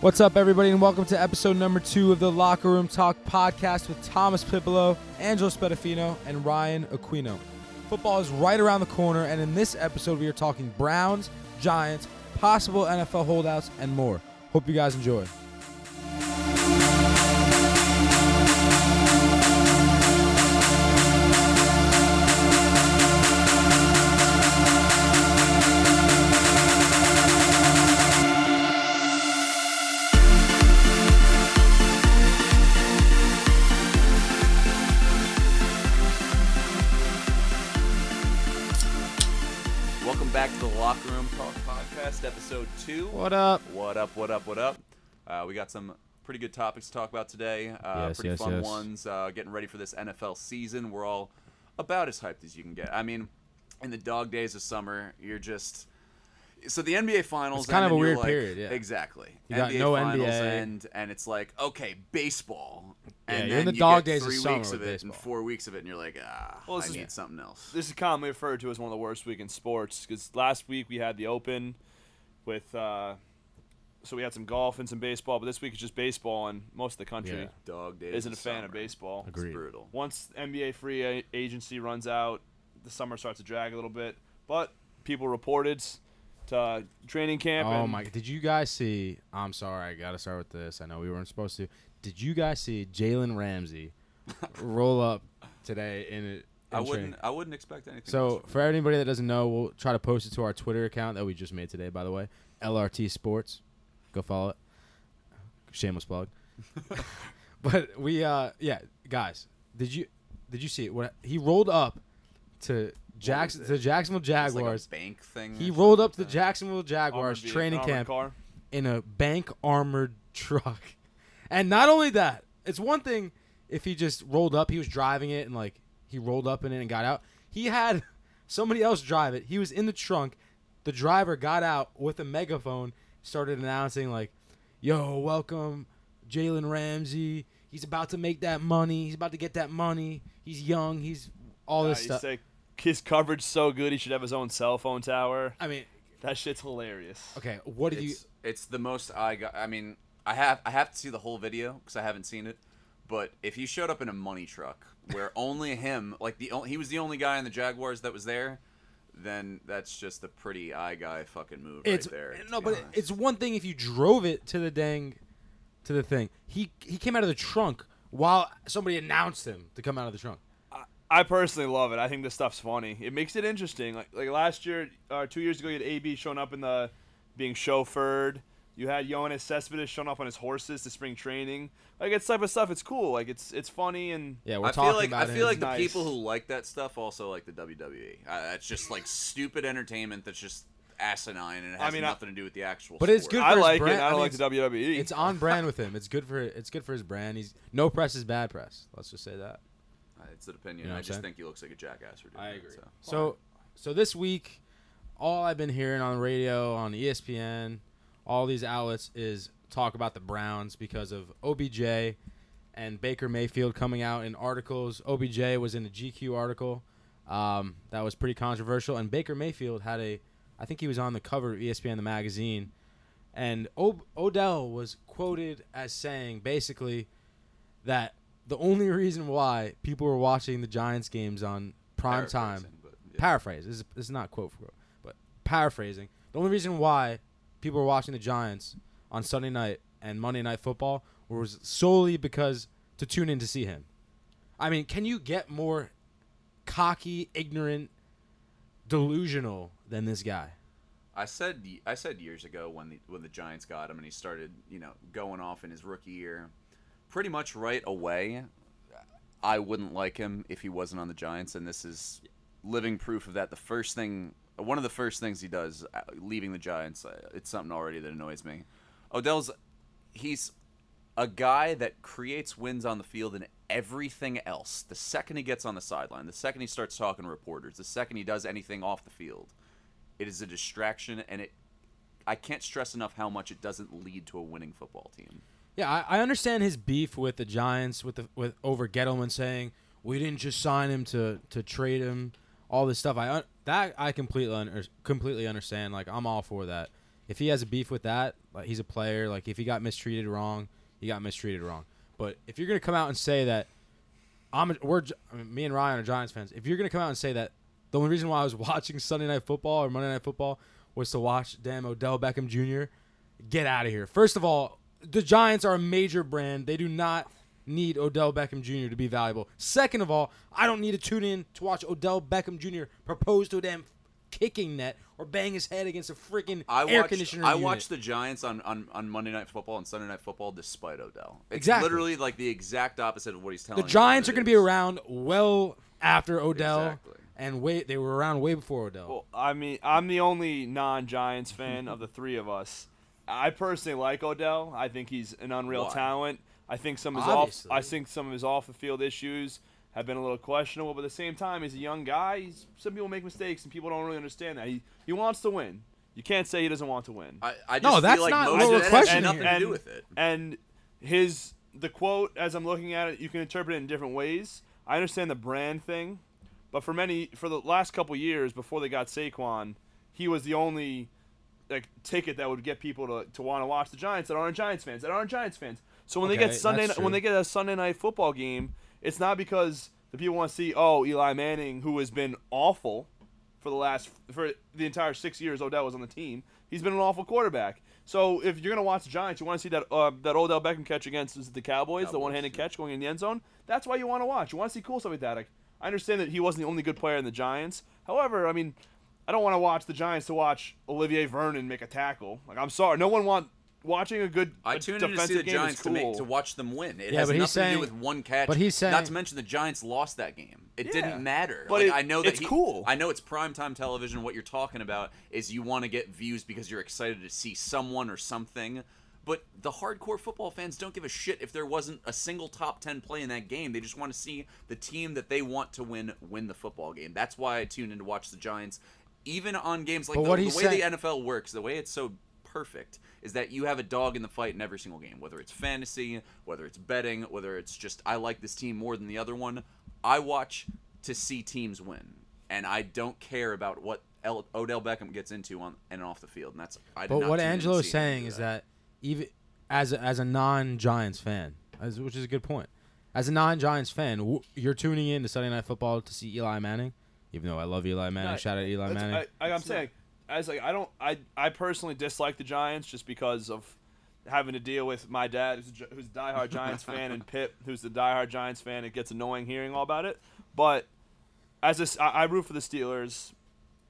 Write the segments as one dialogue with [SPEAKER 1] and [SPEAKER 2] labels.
[SPEAKER 1] What's up, everybody, and welcome to episode number two of the Locker Room Talk podcast with Thomas Pipolo, Angelo Spedafino, and Ryan Aquino. Football is right around the corner, and in this episode, we are talking Browns, Giants, possible NFL holdouts, and more. Hope you guys enjoy.
[SPEAKER 2] Welcome back to the Locker Room Talk Podcast, episode two.
[SPEAKER 3] What up?
[SPEAKER 2] What up? What up? What up? Uh, we got some pretty good topics to talk about today. Uh,
[SPEAKER 3] Yes,
[SPEAKER 2] pretty
[SPEAKER 3] yes,
[SPEAKER 2] fun
[SPEAKER 3] yes.
[SPEAKER 2] ones. Uh, getting ready for this NFL season. We're all about as hyped as you can get. I mean, in the dog days of summer, you're just so the NBA Finals.
[SPEAKER 1] It's kind
[SPEAKER 2] end
[SPEAKER 1] of a
[SPEAKER 2] and you're
[SPEAKER 1] weird
[SPEAKER 2] like-
[SPEAKER 1] period, yeah.
[SPEAKER 2] Exactly.
[SPEAKER 3] You got
[SPEAKER 2] NBA
[SPEAKER 3] no
[SPEAKER 2] Finals
[SPEAKER 3] NBA.
[SPEAKER 2] end, and it's like okay, baseball.
[SPEAKER 1] Yeah,
[SPEAKER 2] and
[SPEAKER 1] you're in
[SPEAKER 2] then
[SPEAKER 1] the dog
[SPEAKER 2] get
[SPEAKER 1] days of
[SPEAKER 2] three
[SPEAKER 1] summer
[SPEAKER 2] weeks
[SPEAKER 1] with
[SPEAKER 2] of it
[SPEAKER 1] baseball.
[SPEAKER 2] and four weeks of it, and you're like, ah,
[SPEAKER 4] Well, this
[SPEAKER 2] I
[SPEAKER 4] is-
[SPEAKER 2] need something else.
[SPEAKER 4] this is commonly referred to as one of the worst week in sports because last week we had the Open with, uh, so we had some golf and some baseball, but this week it's just baseball, and most of the country
[SPEAKER 3] Yeah.
[SPEAKER 2] Dog days
[SPEAKER 4] isn't a
[SPEAKER 2] of
[SPEAKER 4] fan of
[SPEAKER 2] summer.
[SPEAKER 4] baseball.
[SPEAKER 2] It's brutal.
[SPEAKER 4] Once NBA free a- agency runs out, the summer starts to drag a little bit, but people reported to uh, training camp.
[SPEAKER 3] Oh
[SPEAKER 4] and
[SPEAKER 3] my! Did you guys see? I'm sorry, I gotta start with this. I know we weren't supposed to. Did you guys see Jalen Ramsey roll up today in it?
[SPEAKER 2] I wouldn't. I wouldn't expect anything.
[SPEAKER 3] So
[SPEAKER 2] else from
[SPEAKER 3] for anybody that doesn't know, we'll try to post it to our Twitter account that we just made today. By the way, LRT Sports, go follow it. Shameless plug. but we, uh yeah, guys, did you did you see it? What he rolled up to Jackson
[SPEAKER 2] it?
[SPEAKER 3] to Jacksonville
[SPEAKER 2] It's like a
[SPEAKER 3] Jaguars.
[SPEAKER 2] bank thing.
[SPEAKER 3] he
[SPEAKER 2] or
[SPEAKER 3] rolled up to
[SPEAKER 2] something
[SPEAKER 3] the Jacksonville Jaguars
[SPEAKER 4] Armored vehicle-
[SPEAKER 3] training
[SPEAKER 4] armored
[SPEAKER 3] camp.
[SPEAKER 4] car.
[SPEAKER 3] in a bank armored truck. And not only that, it's one thing if he just rolled up, he was driving it and like he rolled up in it and got out. He had somebody else drive it. He was in the trunk. The driver got out with a megaphone, started announcing like, "Yo, welcome Jalen Ramsey. He's about to make that money. He's about to get that money. He's young. He's all
[SPEAKER 4] Uh,
[SPEAKER 3] this
[SPEAKER 4] he's
[SPEAKER 3] stuff."
[SPEAKER 4] like, his coverage's so good, he should have his own cell phone tower.
[SPEAKER 3] I mean,
[SPEAKER 4] That shit's hilarious.
[SPEAKER 3] okay, what
[SPEAKER 2] that.
[SPEAKER 3] do you
[SPEAKER 2] It's, it's the most I got. I mean, I have. I have to see the whole video because I haven't seen it. But if he showed up in a money truck where only him, like the only, he was the only guy in the Jaguars that was there, then that's just a pretty eye guy fucking move
[SPEAKER 3] it's
[SPEAKER 2] right there. to
[SPEAKER 3] no,
[SPEAKER 2] be
[SPEAKER 3] but
[SPEAKER 2] honest.
[SPEAKER 3] it's one thing if you drove it to the dang, to the thing. He he came out of the trunk while somebody announced him to come out of the trunk.
[SPEAKER 4] I personally love it. I think this stuff's funny. It makes it interesting. Like like last year, or two years ago, you had AB showing up in the being chauffeured. You had Jonas Cespedes showing up on his horses to spring training. Like it's type of stuff. It's cool. Like it's it's funny and
[SPEAKER 3] Yeah, we're
[SPEAKER 2] I
[SPEAKER 3] talking
[SPEAKER 2] feel like I
[SPEAKER 3] about
[SPEAKER 2] feel
[SPEAKER 3] it.
[SPEAKER 2] like the
[SPEAKER 4] Nice.
[SPEAKER 2] people who like that stuff also like the WWE. Uh, that's just like stupid entertainment. That's just asinine and it has
[SPEAKER 4] mean, I-
[SPEAKER 2] nothing to do with the actual.
[SPEAKER 3] But it's
[SPEAKER 2] sport.
[SPEAKER 3] good for
[SPEAKER 4] I
[SPEAKER 3] his
[SPEAKER 4] like
[SPEAKER 3] brand-
[SPEAKER 4] it. I
[SPEAKER 3] I
[SPEAKER 4] don't
[SPEAKER 3] mean,
[SPEAKER 4] like the E. WWE.
[SPEAKER 3] It's on brand with him. It's good for it's good for his brand. He's no press is bad press. Let's just say that.
[SPEAKER 2] Uh, It's an opinion.
[SPEAKER 3] You know what
[SPEAKER 2] I
[SPEAKER 3] I'm
[SPEAKER 2] just
[SPEAKER 3] saying?
[SPEAKER 2] think he looks like a jackass for doing that, so.
[SPEAKER 3] So so this week, all I've been hearing on the radio, on E ESPN, all these outlets is talk about the Browns because of OBJ and Baker Mayfield coming out in articles. OBJ was in a GQ article um, that was pretty controversial, and Baker Mayfield had a, I think he was on the cover of E ESPN the magazine, and o- Odell was quoted as saying basically that the only reason why people were watching the Giants games on prime time
[SPEAKER 2] Paraphrasing, but, yeah.
[SPEAKER 3] paraphrase. This is, this is not quote for quote, but paraphrasing. The only reason why people were watching the Giants on Sunday night and Monday night football was solely because to tune in to see him. I mean, can you get more cocky, ignorant, delusional than this guy?
[SPEAKER 2] I said I said years ago when the when the Giants got him and he started you know going off in his rookie year, pretty much right away, I wouldn't like him if he wasn't on the Giants, and this is living proof of that. The first thing, one of the first things he does uh, leaving the Giants, uh, it's something already that annoys me. Odell's he's a guy that creates wins on the field and everything else. The second he gets on the sideline, the second he starts talking to reporters, the second he does anything off the field, it is a distraction and it I can't stress enough how much it doesn't lead to a winning football team.
[SPEAKER 3] Yeah, I, I understand his beef with the Giants with the with over Gettleman saying we didn't just sign him to to trade him, all this stuff. I un- that I completely under, completely understand. Like I'm all for that. If he has a beef with that, like he's a player. Like if he got mistreated wrong, he got mistreated wrong. But if you're gonna come out and say that, I'm a, we're Gi- I mean, me and Ryan are Giants fans. If you're gonna come out and say that, the only reason why I was watching Sunday Night Football or Monday Night Football was to watch damn Odell Beckham Jr. Get out of here. First of all, the Giants are a major brand. They do not need Odell Beckham Jr. to be valuable. Second of all, I don't need to tune in to watch Odell Beckham Jr. propose to a damn kicking net or bang his head against a freaking
[SPEAKER 2] I
[SPEAKER 3] air
[SPEAKER 2] watched,
[SPEAKER 3] conditioner.
[SPEAKER 2] I
[SPEAKER 3] unit.
[SPEAKER 2] watched the Giants on, on, on Monday Night Football and Sunday Night Football despite Odell. It's
[SPEAKER 3] Exactly.
[SPEAKER 2] literally like the exact opposite of what he's telling
[SPEAKER 3] the
[SPEAKER 2] you
[SPEAKER 3] Giants
[SPEAKER 2] it
[SPEAKER 3] are going to be
[SPEAKER 2] is.
[SPEAKER 3] around well after Odell,
[SPEAKER 2] Exactly.
[SPEAKER 3] and wait, they were around way before Odell.
[SPEAKER 4] Well, I mean, I'm the only non-Giants fan of the three of us. I personally like Odell. I think he's an unreal
[SPEAKER 2] Why?
[SPEAKER 4] talent. I think some of his
[SPEAKER 3] Obviously.
[SPEAKER 4] off. I think some of his off the field issues have been a little questionable, but at the same time, he's a young guy. He's, some people make mistakes, and people don't really understand that. He he wants to win. You can't say he doesn't want to win.
[SPEAKER 2] I, I just
[SPEAKER 3] No,
[SPEAKER 2] feel
[SPEAKER 3] that's
[SPEAKER 2] like
[SPEAKER 3] not
[SPEAKER 2] most
[SPEAKER 3] what
[SPEAKER 2] of
[SPEAKER 3] we're
[SPEAKER 2] it has
[SPEAKER 3] questioning
[SPEAKER 2] nothing
[SPEAKER 3] here.
[SPEAKER 2] to do with it.
[SPEAKER 4] And his the quote as I'm looking at it, you can interpret it in different ways. I understand the brand thing, but for many for the last couple years before they got Saquon, he was the only like ticket that would get people to, to want to watch the Giants that aren't Giants fans that aren't Giants fans. So when they
[SPEAKER 3] Okay,
[SPEAKER 4] get Sunday
[SPEAKER 3] that's
[SPEAKER 4] when they
[SPEAKER 3] true.
[SPEAKER 4] get a Sunday night football game, it's not because the people want to see oh Eli Manning who has been awful for the last for the entire six years Odell was on the team. He's been an awful quarterback. So if you're gonna watch the Giants, you want to see that uh, that Odell Beckham catch against is it the Cowboys, the
[SPEAKER 2] Cowboys,
[SPEAKER 4] one-handed
[SPEAKER 2] yeah.
[SPEAKER 4] catch going in the end zone. That's why you want to watch. You want to see cool stuff like that. Like, I understand that he wasn't the only good player in the Giants. However, I mean, I don't want to watch the Giants to watch Olivier Vernon make a tackle. Like I'm sorry, no one want watching a good
[SPEAKER 2] I
[SPEAKER 4] a
[SPEAKER 2] tuned in to see
[SPEAKER 4] defensive
[SPEAKER 2] the
[SPEAKER 4] game is
[SPEAKER 2] Giants
[SPEAKER 4] cool.
[SPEAKER 2] to, make, to watch them win. It
[SPEAKER 3] Yeah,
[SPEAKER 2] has
[SPEAKER 3] but he's
[SPEAKER 2] nothing to
[SPEAKER 3] saying-
[SPEAKER 2] do with one catch.
[SPEAKER 3] but he's
[SPEAKER 2] not
[SPEAKER 3] saying-
[SPEAKER 2] to mention the Giants lost that game. It
[SPEAKER 4] Yeah.
[SPEAKER 2] didn't matter.
[SPEAKER 4] But
[SPEAKER 2] Like,
[SPEAKER 4] it-
[SPEAKER 2] I know that
[SPEAKER 4] it's
[SPEAKER 2] he-
[SPEAKER 4] cool.
[SPEAKER 2] I know it's primetime television. What you're talking about is you want to get views because you're excited to see someone or something. But the hardcore football fans don't give a shit if there wasn't a single top ten play in that game. They just want to see the team that they want to win win the football game. That's why I tune in to watch the Giants, even on games like
[SPEAKER 3] But
[SPEAKER 2] the,
[SPEAKER 3] what
[SPEAKER 2] the way
[SPEAKER 3] he's
[SPEAKER 2] the
[SPEAKER 3] saying-
[SPEAKER 2] NFL works, the way it's so perfect is that you have a dog in the fight in every single game, whether it's fantasy, whether it's betting, whether it's just I like this team more than the other one. I watch to see teams win, and I don't care about what El- Odell Beckham gets into on and off the field. And that's I. did
[SPEAKER 3] But
[SPEAKER 2] not
[SPEAKER 3] what
[SPEAKER 2] tune in to
[SPEAKER 3] Angelo is
[SPEAKER 2] see him do
[SPEAKER 3] saying is that even as a, as a non Giants fan, as, which is a good point, as a non Giants fan, w- you're tuning in to Sunday Night Football to see Eli Manning. Even though I love Eli Manning,
[SPEAKER 4] No,
[SPEAKER 3] shout out Eli
[SPEAKER 4] That's-
[SPEAKER 3] Manning.
[SPEAKER 4] I, I, am saying, as like I don't, I I personally dislike the Giants just because of having to deal with my dad, who's a, Gi- who's a diehard Giants fan, and Pip, who's the diehard Giants fan. It gets annoying hearing all about it. But as this, I, I root for the Steelers.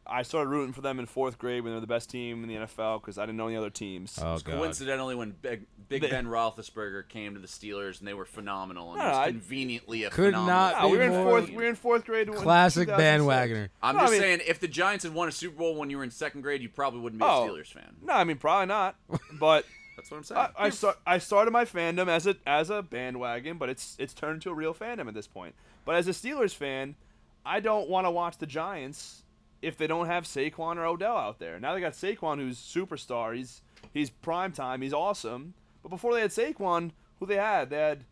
[SPEAKER 4] I started rooting for them in fourth grade when they were the best team in the NFL because I didn't know any other teams.
[SPEAKER 3] oh god,
[SPEAKER 2] Coincidentally, when Big, Big
[SPEAKER 4] They-
[SPEAKER 2] Ben Roethlisberger came to the Steelers and they were phenomenal, and
[SPEAKER 4] No,
[SPEAKER 2] it was
[SPEAKER 4] I-
[SPEAKER 2] conveniently a
[SPEAKER 3] Could
[SPEAKER 2] phenomenal
[SPEAKER 3] not
[SPEAKER 4] Ah, we were in
[SPEAKER 3] Big
[SPEAKER 2] football
[SPEAKER 4] fourth.
[SPEAKER 2] team.
[SPEAKER 4] We were in fourth grade. when-
[SPEAKER 3] classic
[SPEAKER 4] 2006.
[SPEAKER 3] bandwagoner.
[SPEAKER 2] I'm
[SPEAKER 4] No, I
[SPEAKER 2] just
[SPEAKER 4] mean-
[SPEAKER 2] saying, if the Giants had won a Super Bowl when you were in second grade, you probably wouldn't be
[SPEAKER 4] Oh.
[SPEAKER 2] a Steelers fan.
[SPEAKER 4] No, I mean probably not, but.
[SPEAKER 2] That's what I'm saying.
[SPEAKER 4] I, I, start, I started my fandom as a as a bandwagon, but it's it's turned into a real fandom at this point. But as a Steelers fan, I don't want to watch the Giants if they don't have Saquon or Odell out there. Now they got Saquon, who's superstar. He's he's prime time. He's awesome. But before they had Saquon, who they had, they had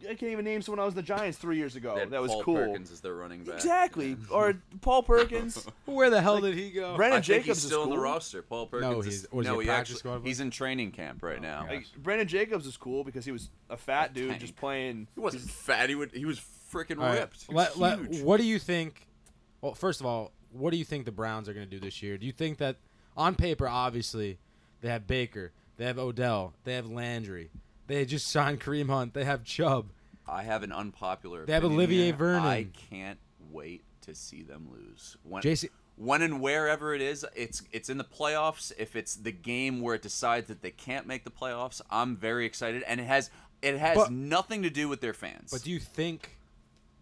[SPEAKER 4] I can't even name someone I was in the Giants three years ago.
[SPEAKER 2] They had
[SPEAKER 4] That was
[SPEAKER 2] Paul
[SPEAKER 4] cool.
[SPEAKER 2] Perkins as their running back.
[SPEAKER 4] Exactly. Or Paul Perkins.
[SPEAKER 3] Where the hell did he go?
[SPEAKER 2] I
[SPEAKER 4] Brandon
[SPEAKER 2] think
[SPEAKER 4] Jacobs
[SPEAKER 2] he's
[SPEAKER 4] is
[SPEAKER 2] still on the
[SPEAKER 4] cool.
[SPEAKER 2] roster. Paul Perkins
[SPEAKER 3] he's-
[SPEAKER 2] is
[SPEAKER 3] was he
[SPEAKER 2] no,
[SPEAKER 3] a
[SPEAKER 2] he
[SPEAKER 3] practice
[SPEAKER 2] actually
[SPEAKER 3] squad player? Oh,
[SPEAKER 2] he's in training camp right now.
[SPEAKER 3] gosh.
[SPEAKER 4] Like, Brandon Jacobs is cool because he was a fat dude
[SPEAKER 2] tank.
[SPEAKER 4] just playing.
[SPEAKER 2] He wasn't fat. He would. He was freaking
[SPEAKER 3] All right.
[SPEAKER 2] ripped. He
[SPEAKER 3] Let-
[SPEAKER 2] was
[SPEAKER 3] let-
[SPEAKER 2] huge.
[SPEAKER 3] what do you think? Well, first of all, what do you think the Browns are going to do this year? Do you think that on paper, obviously, they have Baker, they have Odell, they have Landry, they just signed Kareem Hunt, they have Chubb.
[SPEAKER 2] I have an unpopular.
[SPEAKER 3] They have
[SPEAKER 2] opinion
[SPEAKER 3] Olivier
[SPEAKER 2] here.
[SPEAKER 3] Vernon.
[SPEAKER 2] I can't wait to see them lose. When,
[SPEAKER 3] JC
[SPEAKER 2] when and wherever it is, it's it's in the playoffs. If it's the game where it decides that they can't make the playoffs, I'm very excited, and it has it has
[SPEAKER 3] But-
[SPEAKER 2] nothing to do with their fans.
[SPEAKER 3] But do you think?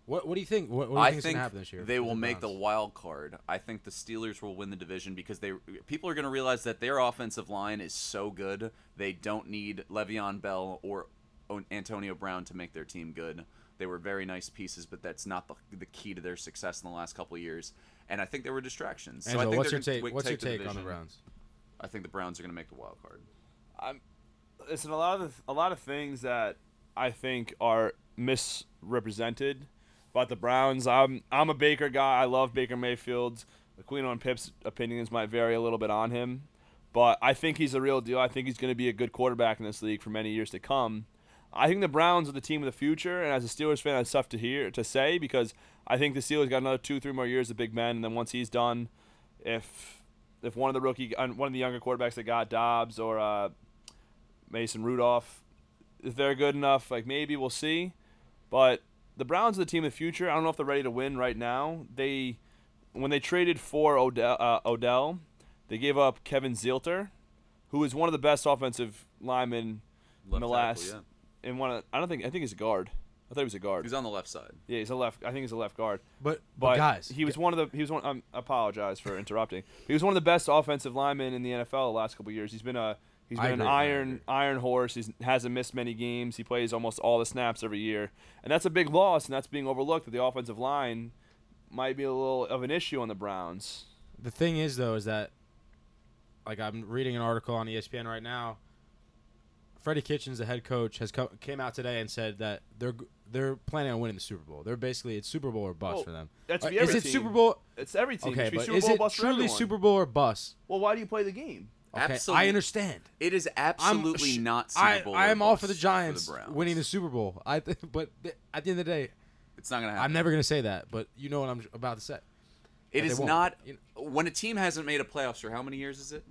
[SPEAKER 3] What What do you think? What, what do you
[SPEAKER 2] I
[SPEAKER 3] think's
[SPEAKER 2] think
[SPEAKER 3] gonna happen this year?
[SPEAKER 2] they
[SPEAKER 3] with
[SPEAKER 2] will make the
[SPEAKER 3] Browns?
[SPEAKER 2] wild card. I think the Steelers will win the division because they people are going to realize that their offensive line is so good. They don't need Le'Veon Bell or O- Antonio Brown to make their team good. They were very nice pieces, but that's not the, the key to their success in the last couple of years. And I think there were distractions. So I
[SPEAKER 3] Angelo,
[SPEAKER 2] think
[SPEAKER 3] what's
[SPEAKER 2] they're
[SPEAKER 3] your
[SPEAKER 2] gonna
[SPEAKER 3] take?
[SPEAKER 2] wi-
[SPEAKER 3] What's your take on the
[SPEAKER 2] division.
[SPEAKER 3] Browns?
[SPEAKER 2] I think the Browns are going to make the wild card.
[SPEAKER 4] I'm listen a lot of the, a lot of things that I think are misrepresented about the Browns. I'm I'm a Baker guy. I love Baker Mayfield. Aquino and Pip's opinions might vary a little bit on him, But I think he's the real deal. I think he's going to be a good quarterback in this league for many years to come. I think the Browns are the team of the future, and as a Steelers fan, that's tough to hear to say because I think the Steelers got another two, three more years of Big Ben, and then once he's done, if if one of the rookie, uh, one of the younger quarterbacks that got Dobbs or uh, Mason Rudolph, if they're good enough, like maybe we'll see. But the Browns are the team of the future. I don't know if they're ready to win right now. They when they traded for Odell, uh, Odell they gave up Kevin Zielter, who is one of the best offensive linemen in the
[SPEAKER 2] Left
[SPEAKER 4] last.
[SPEAKER 2] tackle,
[SPEAKER 4] And one, of, I don't think I think he's a guard. I thought he was a guard.
[SPEAKER 2] He's on the left side.
[SPEAKER 4] yeah, he's a left. I think he's a left guard.
[SPEAKER 3] But,
[SPEAKER 4] But
[SPEAKER 3] guys,
[SPEAKER 4] he was one of the. He was one. I'm- I apologize for interrupting. He was one of the best offensive linemen in the NFL the last couple of years. He's been a. He's
[SPEAKER 3] I
[SPEAKER 4] been an
[SPEAKER 3] agree, I
[SPEAKER 4] iron iron horse. He hasn't missed many games. He plays almost all the snaps every year, and that's a big loss. And that's being overlooked. That the offensive line might be a little of an issue on the Browns.
[SPEAKER 3] the thing is though is that like I'm reading an article on E ESPN right now. Freddie Kitchens, the head coach, has come, came out today and said that they're g- they're planning on winning the Super Bowl. They're basically it's Super Bowl or bust
[SPEAKER 4] Well,
[SPEAKER 3] for them.
[SPEAKER 4] that's
[SPEAKER 3] Uh,
[SPEAKER 4] every
[SPEAKER 3] is it
[SPEAKER 4] team.
[SPEAKER 3] Super Bowl?
[SPEAKER 4] It's every team.
[SPEAKER 3] Okay,
[SPEAKER 4] It should be
[SPEAKER 3] but
[SPEAKER 4] Super
[SPEAKER 3] is
[SPEAKER 4] Bowl
[SPEAKER 3] it
[SPEAKER 4] bust for
[SPEAKER 3] truly
[SPEAKER 4] everyone.
[SPEAKER 3] Super Bowl or bust?
[SPEAKER 4] Well, why do you play the game?
[SPEAKER 3] Okay, I
[SPEAKER 2] Absolute-
[SPEAKER 3] understand.
[SPEAKER 2] It is
[SPEAKER 3] I'm-
[SPEAKER 2] absolutely
[SPEAKER 3] sh-
[SPEAKER 2] not
[SPEAKER 3] I,
[SPEAKER 2] Super Bowl.
[SPEAKER 3] I
[SPEAKER 2] or
[SPEAKER 3] am all
[SPEAKER 2] bust
[SPEAKER 3] for the Giants
[SPEAKER 2] Browns.
[SPEAKER 3] winning the Super Bowl. I th- but th- at the end of the day,
[SPEAKER 2] It's not gonna happen.
[SPEAKER 3] I'm never gonna say that. But you know what I'm about to say. they
[SPEAKER 2] It Uh, is
[SPEAKER 3] won't.
[SPEAKER 2] not
[SPEAKER 3] You know-
[SPEAKER 2] when a team hasn't made a playoffs for how many years is it?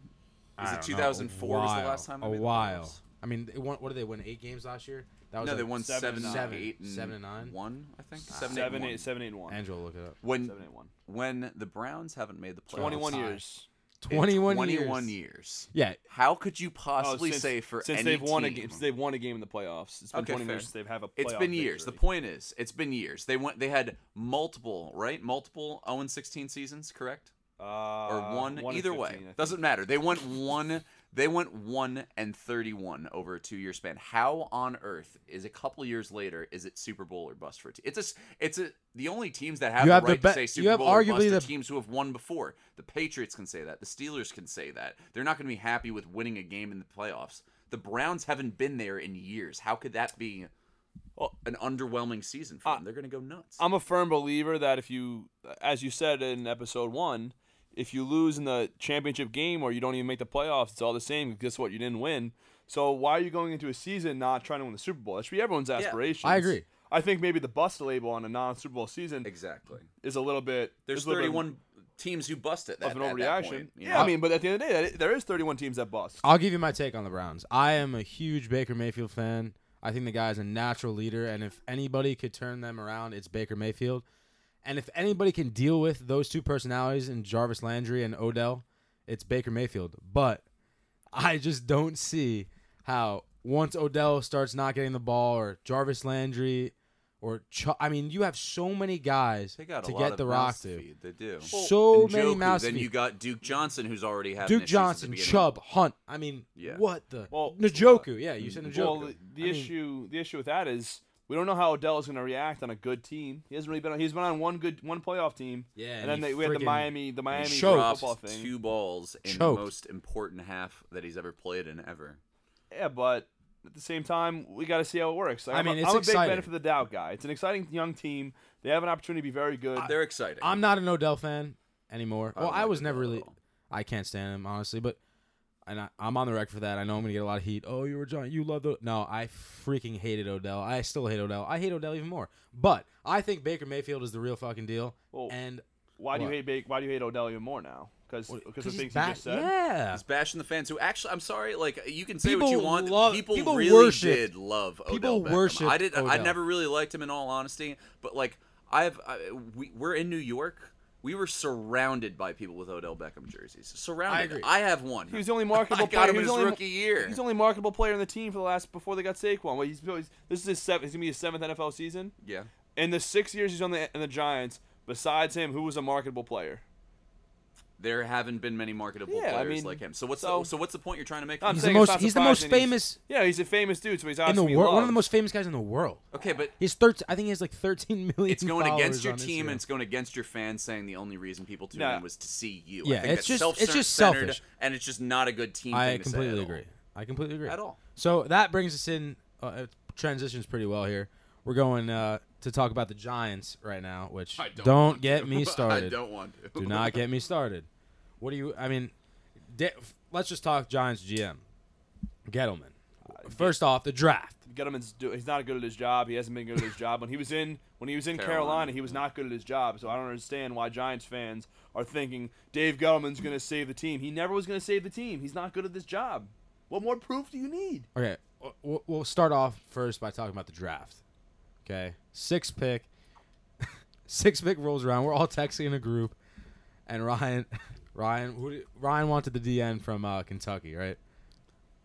[SPEAKER 3] I
[SPEAKER 2] Is
[SPEAKER 3] don't know,
[SPEAKER 2] it
[SPEAKER 3] a
[SPEAKER 2] 2004 was the
[SPEAKER 3] while,
[SPEAKER 2] last time they
[SPEAKER 3] A
[SPEAKER 2] made the
[SPEAKER 3] while.
[SPEAKER 2] playoffs?
[SPEAKER 3] I mean, they won, what did they win? Eight games last year. That was
[SPEAKER 2] No, they
[SPEAKER 3] like
[SPEAKER 2] won
[SPEAKER 4] seven,
[SPEAKER 2] seven,
[SPEAKER 4] nine.
[SPEAKER 2] eight, and
[SPEAKER 3] Seven and nine? Ah.
[SPEAKER 2] one. I think seven,
[SPEAKER 4] Seven,
[SPEAKER 2] eight,
[SPEAKER 4] eight,
[SPEAKER 2] and one.
[SPEAKER 4] seven, eight, one.
[SPEAKER 3] Angelo, look it up.
[SPEAKER 2] When
[SPEAKER 4] Seven, eight, one.
[SPEAKER 2] when the Browns haven't made the playoffs,
[SPEAKER 4] 21
[SPEAKER 3] High.
[SPEAKER 4] years.
[SPEAKER 2] in
[SPEAKER 3] 21,
[SPEAKER 2] 21
[SPEAKER 3] years.
[SPEAKER 2] years.
[SPEAKER 3] Yeah,
[SPEAKER 2] How could you
[SPEAKER 4] Oh,
[SPEAKER 2] possibly
[SPEAKER 4] since-
[SPEAKER 2] say for
[SPEAKER 4] since
[SPEAKER 2] any
[SPEAKER 4] they've won a
[SPEAKER 2] team?
[SPEAKER 4] game, since they've won a game in the playoffs. It's been
[SPEAKER 2] Okay,
[SPEAKER 4] 20
[SPEAKER 2] fair.
[SPEAKER 4] years since they've have a.
[SPEAKER 2] It's
[SPEAKER 4] playoff
[SPEAKER 2] been years. The
[SPEAKER 4] victory.
[SPEAKER 2] point is, it's been years. They went. They had multiple, right? Multiple 0 16 seasons, correct?
[SPEAKER 4] Uh,
[SPEAKER 2] Or one.
[SPEAKER 4] in
[SPEAKER 2] Either
[SPEAKER 4] 15, I
[SPEAKER 2] way,
[SPEAKER 4] think.
[SPEAKER 2] doesn't matter. They went one. They went one and 31 over a two-year span. How on earth is a couple years later? Is it Super Bowl or bust for a team? It's a. s- It's a. The only teams that have,
[SPEAKER 1] You
[SPEAKER 2] the
[SPEAKER 1] have the
[SPEAKER 2] right
[SPEAKER 1] be-
[SPEAKER 2] to say
[SPEAKER 1] you
[SPEAKER 2] Super
[SPEAKER 1] have
[SPEAKER 2] Bowl or bust
[SPEAKER 1] arguably
[SPEAKER 2] are
[SPEAKER 1] the-
[SPEAKER 2] teams who have won before. The Patriots can say that. The Steelers can say that. They're not going to be happy with winning a game in the playoffs. The Browns haven't been there in years. How could that be?
[SPEAKER 4] Well,
[SPEAKER 2] an underwhelming season for them. They're going to go nuts.
[SPEAKER 4] I'm a firm believer that if you, as you said in episode one, if you lose in the championship game or you don't even make the playoffs, it's all the same. Guess what? You didn't win. So why are you going into a season not trying to win the Super Bowl? That should be everyone's aspirations.
[SPEAKER 3] I agree.
[SPEAKER 4] I think maybe the bust label on a non-Super Bowl season
[SPEAKER 2] exactly.
[SPEAKER 4] is a little bit.
[SPEAKER 2] There's
[SPEAKER 4] is a little bit
[SPEAKER 2] 31 teams who bust it. That,
[SPEAKER 4] of an
[SPEAKER 2] at that point,
[SPEAKER 4] overreaction.
[SPEAKER 2] you
[SPEAKER 4] Yeah,
[SPEAKER 2] know?
[SPEAKER 4] I mean, but at the end of the day, that, there is 31 teams that bust.
[SPEAKER 3] I'll give you my take on the Browns. I am a huge Baker Mayfield fan. I think the guy is a natural leader, and if anybody could turn them around, it's Baker Mayfield. And if anybody can deal with those two personalities in Jarvis Landry and Odell, it's Baker Mayfield. But I just don't see how once Odell starts not getting the ball, or Jarvis Landry, or Ch- I mean, you have so many guys
[SPEAKER 2] they got a
[SPEAKER 3] to
[SPEAKER 2] lot
[SPEAKER 3] get
[SPEAKER 2] of
[SPEAKER 3] the rock
[SPEAKER 2] mouths
[SPEAKER 3] to.
[SPEAKER 2] feed. They do.
[SPEAKER 3] So
[SPEAKER 2] And
[SPEAKER 3] many
[SPEAKER 2] Njoku,
[SPEAKER 3] mouths.
[SPEAKER 2] Then
[SPEAKER 3] to
[SPEAKER 2] you
[SPEAKER 3] feed.
[SPEAKER 2] got Duke Johnson, who's already having
[SPEAKER 3] Duke
[SPEAKER 2] issues at the
[SPEAKER 3] Johnson,
[SPEAKER 2] beginning.
[SPEAKER 3] Chubb, Hunt. I mean,
[SPEAKER 2] Yeah.
[SPEAKER 3] what the
[SPEAKER 4] Well-
[SPEAKER 3] Najoku? Yeah, you said Najoku.
[SPEAKER 4] Well, the, the
[SPEAKER 3] I mean-
[SPEAKER 4] issue the issue with that is we don't know how Odell is going to react on a good team. He hasn't really been on. He's been on one good one playoff team.
[SPEAKER 3] Yeah,
[SPEAKER 4] and,
[SPEAKER 3] and
[SPEAKER 4] then
[SPEAKER 3] he
[SPEAKER 4] they, we had the
[SPEAKER 3] friggin'
[SPEAKER 4] Miami the Miami
[SPEAKER 3] choked.
[SPEAKER 4] football
[SPEAKER 2] Dropped
[SPEAKER 4] thing.
[SPEAKER 2] two balls in
[SPEAKER 3] Choked.
[SPEAKER 2] the most important half that he's ever played in ever.
[SPEAKER 4] Yeah, but at the same time, we got to see how it works. Like,
[SPEAKER 3] I
[SPEAKER 4] I'm a-
[SPEAKER 3] mean, it's
[SPEAKER 4] I'm a big
[SPEAKER 3] exciting.
[SPEAKER 4] benefit of the doubt guy. It's an exciting young team. They have an opportunity to be very good.
[SPEAKER 2] They're exciting.
[SPEAKER 3] I'm not an Odell fan anymore. well,
[SPEAKER 2] don't
[SPEAKER 3] I
[SPEAKER 2] like
[SPEAKER 3] was
[SPEAKER 2] Odell
[SPEAKER 3] never
[SPEAKER 2] at
[SPEAKER 3] really.
[SPEAKER 2] all.
[SPEAKER 3] I can't stand him honestly, but and I, I'm on the record for that. I know I'm gonna get a lot of heat. Oh, you were John. You loved. O-. No, I freaking hated Odell. I still hate Odell. I hate Odell even more. But I think Baker Mayfield is the real fucking deal.
[SPEAKER 2] Oh,
[SPEAKER 4] Well,
[SPEAKER 3] and
[SPEAKER 4] why do you
[SPEAKER 3] What?
[SPEAKER 4] hate Bake? Why do you hate Odell even more now? Because because of
[SPEAKER 3] he's
[SPEAKER 4] things
[SPEAKER 3] back-
[SPEAKER 4] you just said.
[SPEAKER 3] Yeah.
[SPEAKER 2] He's bashing the fans who actually. I'm sorry. Like you can say what you
[SPEAKER 3] People
[SPEAKER 2] want.
[SPEAKER 3] love-
[SPEAKER 2] people,
[SPEAKER 3] people
[SPEAKER 2] really
[SPEAKER 3] worship-
[SPEAKER 2] did love Odell.
[SPEAKER 3] people
[SPEAKER 2] Beckham.
[SPEAKER 3] worship
[SPEAKER 2] I did. I
[SPEAKER 3] Odell.
[SPEAKER 2] never really liked him in all honesty. But like I've, I, we, we're in New York. We were surrounded by people with Odell Beckham jerseys. Surrounded.
[SPEAKER 3] I agree.
[SPEAKER 2] have one.
[SPEAKER 4] He was the only marketable
[SPEAKER 2] I got
[SPEAKER 4] player.
[SPEAKER 2] him in
[SPEAKER 4] he was
[SPEAKER 2] his
[SPEAKER 4] the only,
[SPEAKER 2] rookie year.
[SPEAKER 4] He's the only marketable player in the team for the last before they got Saquon. Well, he's, he's this is his seventh. He's gonna be his seventh NFL season.
[SPEAKER 2] yeah.
[SPEAKER 4] In the six years he's on the in the Giants, besides him, who was a marketable player?
[SPEAKER 2] There haven't been many marketable
[SPEAKER 4] Yeah, I
[SPEAKER 2] players
[SPEAKER 4] mean,
[SPEAKER 2] like him. So what's
[SPEAKER 4] so-
[SPEAKER 2] the, so what's the point you're trying to make?
[SPEAKER 4] I'm
[SPEAKER 3] He's the
[SPEAKER 4] saying
[SPEAKER 3] most-
[SPEAKER 4] it's not
[SPEAKER 3] he's the most
[SPEAKER 4] surprising
[SPEAKER 3] famous-
[SPEAKER 4] yeah, he's a famous dude, so he's
[SPEAKER 3] in the
[SPEAKER 4] obviously
[SPEAKER 3] world, one of
[SPEAKER 4] loved.
[SPEAKER 3] the most famous guys in the world.
[SPEAKER 2] okay, but
[SPEAKER 3] He's thirteen. I think he has like thirteen million.
[SPEAKER 2] it's going against
[SPEAKER 3] followers
[SPEAKER 2] your
[SPEAKER 3] on
[SPEAKER 2] team
[SPEAKER 3] Instagram.
[SPEAKER 2] and it's going against your fans saying the only reason people tuned
[SPEAKER 4] Nah.
[SPEAKER 2] in was to see you.
[SPEAKER 3] Yeah,
[SPEAKER 2] I think
[SPEAKER 3] it's
[SPEAKER 2] that's
[SPEAKER 3] just- it's
[SPEAKER 2] self-centered
[SPEAKER 3] just selfish.
[SPEAKER 2] and it's just not a good team.
[SPEAKER 3] I
[SPEAKER 2] thing to say at
[SPEAKER 3] completely
[SPEAKER 2] all.
[SPEAKER 3] agree. I completely agree.
[SPEAKER 2] At all.
[SPEAKER 3] So that brings us in uh, it transitions pretty well here. We're going uh, to talk about the Giants right now, which
[SPEAKER 2] I
[SPEAKER 3] don't,
[SPEAKER 2] want
[SPEAKER 3] get
[SPEAKER 2] to.
[SPEAKER 3] me started.
[SPEAKER 2] I don't want to.
[SPEAKER 3] Do not get me started. What do you? I mean, da- let's just talk Giants GM, Gettleman.
[SPEAKER 2] Uh,
[SPEAKER 3] First off, the draft.
[SPEAKER 4] Gettleman's do, he's not good at his job. He hasn't been good at his job. When he was in when he was in Carolina,
[SPEAKER 2] Carolina,
[SPEAKER 4] he was not good at his job. So I don't understand why Giants fans are thinking Dave Gettleman's going to save the team. He never was going to save the team. He's not good at this job. What more proof do you need?
[SPEAKER 3] Okay, w- w- we'll start off first by talking about the draft. Okay, six pick, six pick rolls around. We're all texting in a group, and Ryan, Ryan, who did- Ryan wanted the DN from uh, Kentucky, right?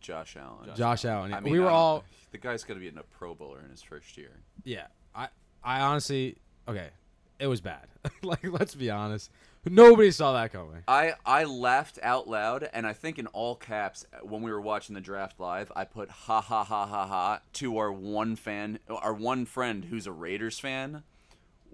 [SPEAKER 2] Josh Allen.
[SPEAKER 3] Josh Allen.
[SPEAKER 2] I mean,
[SPEAKER 3] we
[SPEAKER 2] I
[SPEAKER 3] were
[SPEAKER 2] don't-
[SPEAKER 3] all
[SPEAKER 2] The guy's gonna be in a Pro Bowler in his first year.
[SPEAKER 3] Yeah, I I honestly okay, it was bad. like let's be honest, nobody saw that coming.
[SPEAKER 2] I I laughed out loud, and I think in all caps when we were watching the draft live, I put ha ha ha ha ha to our one fan, our one friend who's a Raiders fan.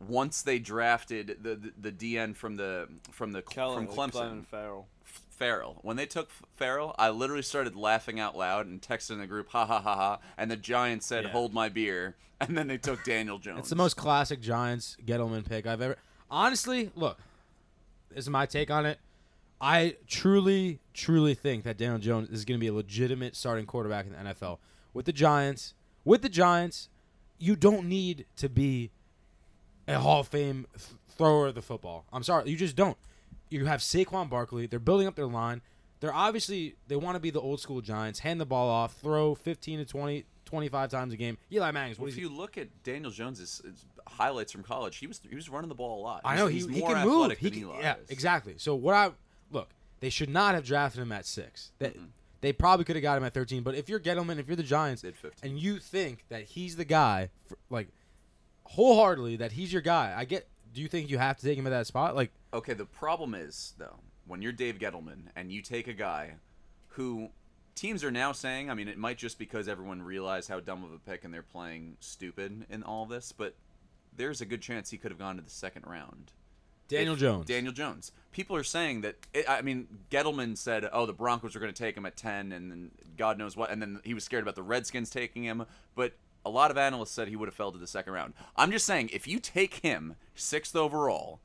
[SPEAKER 2] Once they drafted the the, the DN from the from the from Clemson,
[SPEAKER 4] Farrell.
[SPEAKER 2] Farrell. When they took Farrell, I literally started laughing out loud and texting the group ha ha ha ha, and the Giants said
[SPEAKER 3] Yeah.
[SPEAKER 2] hold my beer, and then they took Daniel Jones.
[SPEAKER 3] It's the most classic Giants Gettleman pick I've ever. Honestly, look, this is my take on it. I truly, truly think that Daniel Jones is going to be a legitimate starting quarterback in the NFL with the Giants. With the Giants, you don't need to be a Hall of Fame th- thrower of the football. I'm sorry, you just don't. You have Saquon Barkley. They're building up their line. They're obviously they want to be the old school Giants. Hand the ball off, throw 15 to 20, 25 times a game. Eli Manning's what
[SPEAKER 2] Well,
[SPEAKER 3] is
[SPEAKER 2] if
[SPEAKER 3] he?
[SPEAKER 2] you look at Daniel Jones's his highlights from college, he was he was running the ball a lot.
[SPEAKER 3] I
[SPEAKER 2] He's-
[SPEAKER 3] know
[SPEAKER 2] he's
[SPEAKER 3] he, he
[SPEAKER 2] more
[SPEAKER 3] can move.
[SPEAKER 2] athletic
[SPEAKER 3] He
[SPEAKER 2] than
[SPEAKER 3] can-
[SPEAKER 2] Eli
[SPEAKER 3] yeah,
[SPEAKER 2] is.
[SPEAKER 3] exactly. So what I look, they should not have drafted him at six. They, they probably could have got him at thirteen. But if you're Gettleman, if you're the Giants,
[SPEAKER 2] At 15.
[SPEAKER 3] and you think that he's the guy, for, like wholeheartedly that he's your guy, I get. Do you think you have to take him at that spot? Like
[SPEAKER 2] Okay, the problem is though, when you're Dave Gettleman and you take a guy who teams are now saying, I mean, it might just because everyone realized how dumb of a pick and they're playing stupid in all this, but there's a good chance he could have gone to the second round.
[SPEAKER 3] Daniel
[SPEAKER 2] If-
[SPEAKER 3] Jones.
[SPEAKER 2] Daniel Jones. People are saying that. It, I mean, Gettleman said, "Oh, the Broncos are going to take him at ten, and then God knows what." And then he was scared about the Redskins taking him. But a lot of analysts said he would have fell to the second round. I'm just saying, if you take him sixth overall,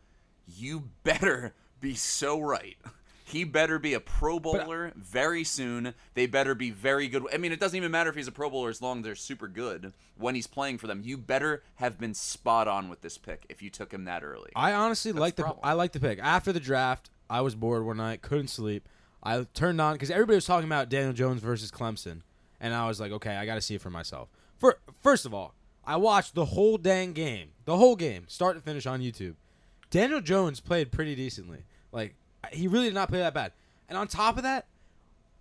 [SPEAKER 2] you better be so right. He better be a Pro Bowler very soon. They better be very good. I mean, it doesn't even matter if he's a Pro Bowler as long as they're super good when he's playing for them. You better have been spot on with this pick if you took him that early.
[SPEAKER 3] I honestly like
[SPEAKER 2] the
[SPEAKER 3] the
[SPEAKER 2] problem.
[SPEAKER 3] I like the pick. After the draft, I was bored one night, couldn't sleep. I turned on because everybody was talking about Daniel Jones versus Clemson, and I was like, okay, I got to see it for myself. For first of all, I watched the whole dang game, the whole game, start to finish on YouTube. Daniel Jones played pretty decently. Like he really did not play that bad. And on top of that,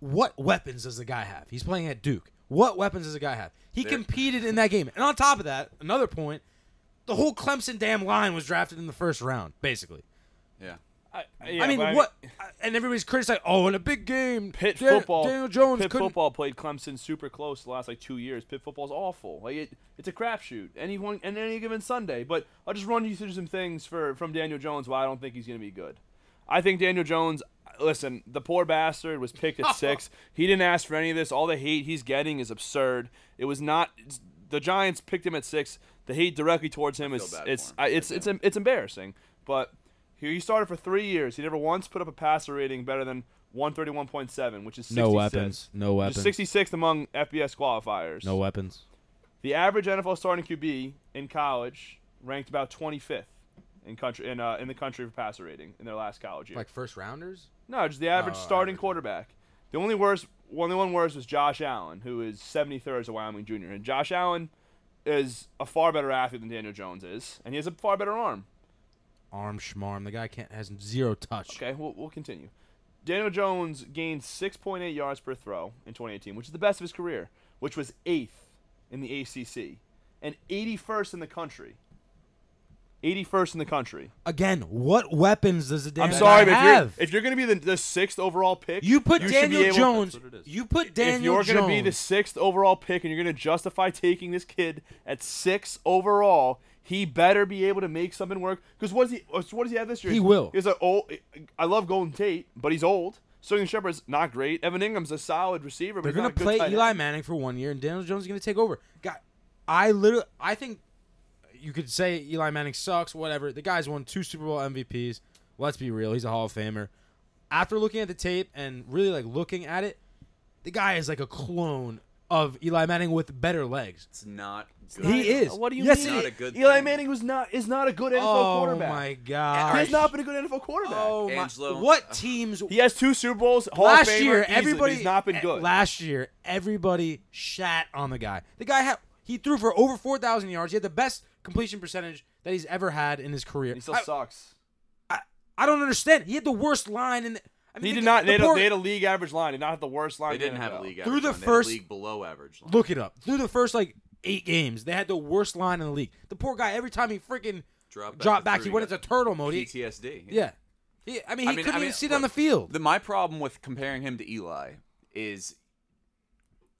[SPEAKER 3] what weapons does the guy have? He's playing at Duke. What weapons does the guy have? He competed in that game. And on top of that, another point, the whole Clemson damn line was drafted in the first round, basically.
[SPEAKER 2] yeah.
[SPEAKER 4] I,
[SPEAKER 3] I mean, what? and everybody's criticizing. Oh, in a big game,
[SPEAKER 4] Pitt
[SPEAKER 3] Dan-
[SPEAKER 4] football.
[SPEAKER 3] Daniel Jones
[SPEAKER 4] Pitt
[SPEAKER 3] couldn't.
[SPEAKER 4] football played Clemson super close the last like two years. Pitt football's awful. Like it, it's a crapshoot. Anyone and any given Sunday. But I'll just run you through some things for from Daniel Jones why I don't think he's gonna be good. I think Daniel Jones. Listen, the poor bastard was picked at six. He didn't ask for any of this. All the hate he's getting is absurd. It was not. it's- The Giants picked him at six. The hate directly towards him is
[SPEAKER 2] bad for
[SPEAKER 4] it's
[SPEAKER 2] him.
[SPEAKER 4] I, it's it's em- it's embarrassing. But he he started for three years. He never once put up a passer rating better than 131.7, which is 66.
[SPEAKER 3] No weapons. No
[SPEAKER 4] Which is
[SPEAKER 3] weapons.
[SPEAKER 4] 66th among FBS qualifiers.
[SPEAKER 3] No weapons.
[SPEAKER 4] The average NFL starting QB in college ranked about 25th in country in uh, in the country for passer rating in their last college year.
[SPEAKER 3] Like first rounders.
[SPEAKER 4] no, just the average
[SPEAKER 3] Oh,
[SPEAKER 4] starting
[SPEAKER 3] average.
[SPEAKER 4] quarterback. The only worst, only one worse was Josh Allen, who is 73rd as a Wyoming junior, and Josh Allen is a far better athlete than Daniel Jones is, and he has a far better arm.
[SPEAKER 3] Arm schmarm. The guy can't has zero touch.
[SPEAKER 4] Okay, we'll, we'll continue. Daniel Jones gained 6.8 yards per throw in 2018, which is the best of his career, which was eighth in the ACC and 81st in the country. 81st in the country.
[SPEAKER 3] Again, what weapons does the damn
[SPEAKER 4] I'm sorry,
[SPEAKER 3] guy
[SPEAKER 4] but if
[SPEAKER 3] have?
[SPEAKER 4] you're, if you're going to be the, the sixth overall pick,
[SPEAKER 3] you put
[SPEAKER 4] should be
[SPEAKER 3] Daniel
[SPEAKER 4] able-
[SPEAKER 3] Jones.
[SPEAKER 2] That's what it is.
[SPEAKER 3] You put
[SPEAKER 4] if
[SPEAKER 3] Daniel
[SPEAKER 4] you're
[SPEAKER 3] Jones.
[SPEAKER 4] to be the sixth overall pick and you're going to justify taking this kid at six overall, he better be able to make something work. Because what does he? What does he have this year?
[SPEAKER 3] He will.
[SPEAKER 4] He's an old. I love Golden Tate, but he's old. Sterling Shepard's not great. Evan Ingram's a solid receiver, but
[SPEAKER 3] They're
[SPEAKER 4] he's not
[SPEAKER 3] gonna
[SPEAKER 4] a good
[SPEAKER 3] play
[SPEAKER 4] tight end.
[SPEAKER 3] Eli Manning for one year, and Daniel Jones is gonna take over. God, I literally, I think you could say Eli Manning sucks. Whatever. The guy's won two Super Bowl MVPs. Let's be real, he's a Hall of Famer. after looking at the tape and really like looking at it, the guy is like a clone of Eli Manning with better legs.
[SPEAKER 2] It's not. Good.
[SPEAKER 3] He is.
[SPEAKER 4] What do you
[SPEAKER 3] Yes,
[SPEAKER 4] mean?
[SPEAKER 2] Not a good
[SPEAKER 4] Eli
[SPEAKER 2] thing.
[SPEAKER 4] Manning was not is not a good NFL
[SPEAKER 3] Oh
[SPEAKER 4] quarterback.
[SPEAKER 3] my god!
[SPEAKER 4] He has not been a good NFL quarterback.
[SPEAKER 3] Oh my!
[SPEAKER 2] Angelo-
[SPEAKER 3] What teams?
[SPEAKER 4] He has two Super Bowls. Hall
[SPEAKER 3] last
[SPEAKER 4] of Famer,
[SPEAKER 3] year,
[SPEAKER 4] easily, but
[SPEAKER 3] everybody
[SPEAKER 4] he's not been
[SPEAKER 3] eh,
[SPEAKER 4] good.
[SPEAKER 3] Last year, everybody shat on the guy. The guy had he threw for over four thousand yards. He had the best completion percentage that he's ever had in his career.
[SPEAKER 4] he still
[SPEAKER 3] I,
[SPEAKER 4] sucks.
[SPEAKER 3] I, I don't understand. He had the worst line in. The, I mean,
[SPEAKER 4] He
[SPEAKER 3] the
[SPEAKER 4] did
[SPEAKER 3] g-
[SPEAKER 4] not.
[SPEAKER 3] the
[SPEAKER 4] They had, a,
[SPEAKER 3] poor-
[SPEAKER 4] they had a league average line. Did not have the worst line.
[SPEAKER 2] They
[SPEAKER 4] in the
[SPEAKER 2] didn't have a
[SPEAKER 4] NFL.
[SPEAKER 2] league
[SPEAKER 3] Through
[SPEAKER 2] average
[SPEAKER 3] the
[SPEAKER 2] line. They had a
[SPEAKER 3] first-
[SPEAKER 2] league below average. Line.
[SPEAKER 3] Look it up. Through the first like eight games, they had the worst line in the league. The poor guy, every time he freaking
[SPEAKER 2] Drop back
[SPEAKER 3] dropped
[SPEAKER 2] to
[SPEAKER 3] back,
[SPEAKER 2] thirty,
[SPEAKER 3] he went
[SPEAKER 2] got
[SPEAKER 3] into turtle mode. He-
[SPEAKER 2] PTSD.
[SPEAKER 3] yeah. He, I mean, he
[SPEAKER 2] I mean-
[SPEAKER 3] couldn't
[SPEAKER 2] I mean,
[SPEAKER 3] even see down the
[SPEAKER 2] look,
[SPEAKER 3] field.
[SPEAKER 2] The, my problem with comparing him to Eli is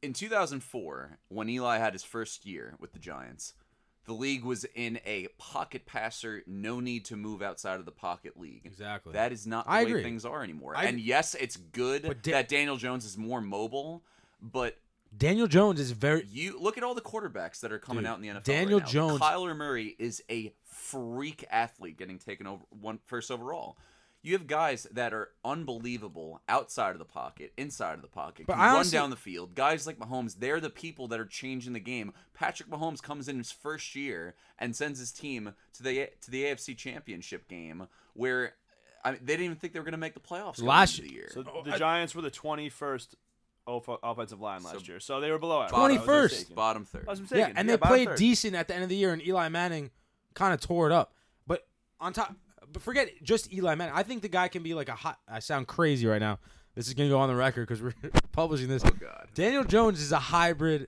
[SPEAKER 2] in 2004, when Eli had his first year with the Giants, the league was in a pocket passer, no need to move outside of the pocket league.
[SPEAKER 3] Exactly.
[SPEAKER 2] That is not the
[SPEAKER 3] I
[SPEAKER 2] way
[SPEAKER 3] agree.
[SPEAKER 2] things are anymore.
[SPEAKER 3] I-
[SPEAKER 2] and yes, it's good
[SPEAKER 3] But Da-
[SPEAKER 2] that Daniel Jones is more mobile, but
[SPEAKER 3] Daniel Jones is very.
[SPEAKER 2] you look at all the quarterbacks that are coming
[SPEAKER 3] Dude,
[SPEAKER 2] out in the NFL.
[SPEAKER 3] Daniel
[SPEAKER 2] right now.
[SPEAKER 3] Jones-
[SPEAKER 2] Kyler Murray is a freak athlete, getting taken over one first overall. You have guys that are unbelievable outside of the pocket, inside of the pocket,
[SPEAKER 3] But
[SPEAKER 2] can
[SPEAKER 3] I
[SPEAKER 2] run
[SPEAKER 3] honestly-
[SPEAKER 2] down the field. Guys like Mahomes, they're the people that are changing the game. Patrick Mahomes comes in his first year and sends his team to the to the AFC Championship game where I mean, they didn't even think they were going to make the playoffs going
[SPEAKER 3] Last
[SPEAKER 2] into the year.
[SPEAKER 4] So the Giants were the 21st off- offensive line last year, so they were below average.
[SPEAKER 2] Bottom-
[SPEAKER 3] 21st.
[SPEAKER 4] I was mistaken.
[SPEAKER 2] bottom third.
[SPEAKER 4] I was mistaken.
[SPEAKER 3] Yeah, and they
[SPEAKER 4] bottom
[SPEAKER 3] played
[SPEAKER 4] third.
[SPEAKER 3] decent at the end of the year, and Eli Manning kind of tore it up. But on top, but forget just Eli Manning. I think the guy can be like a hot. I sound crazy right now. This is gonna go on the record because we're publishing this.
[SPEAKER 2] oh god.
[SPEAKER 3] Daniel Jones is a hybrid,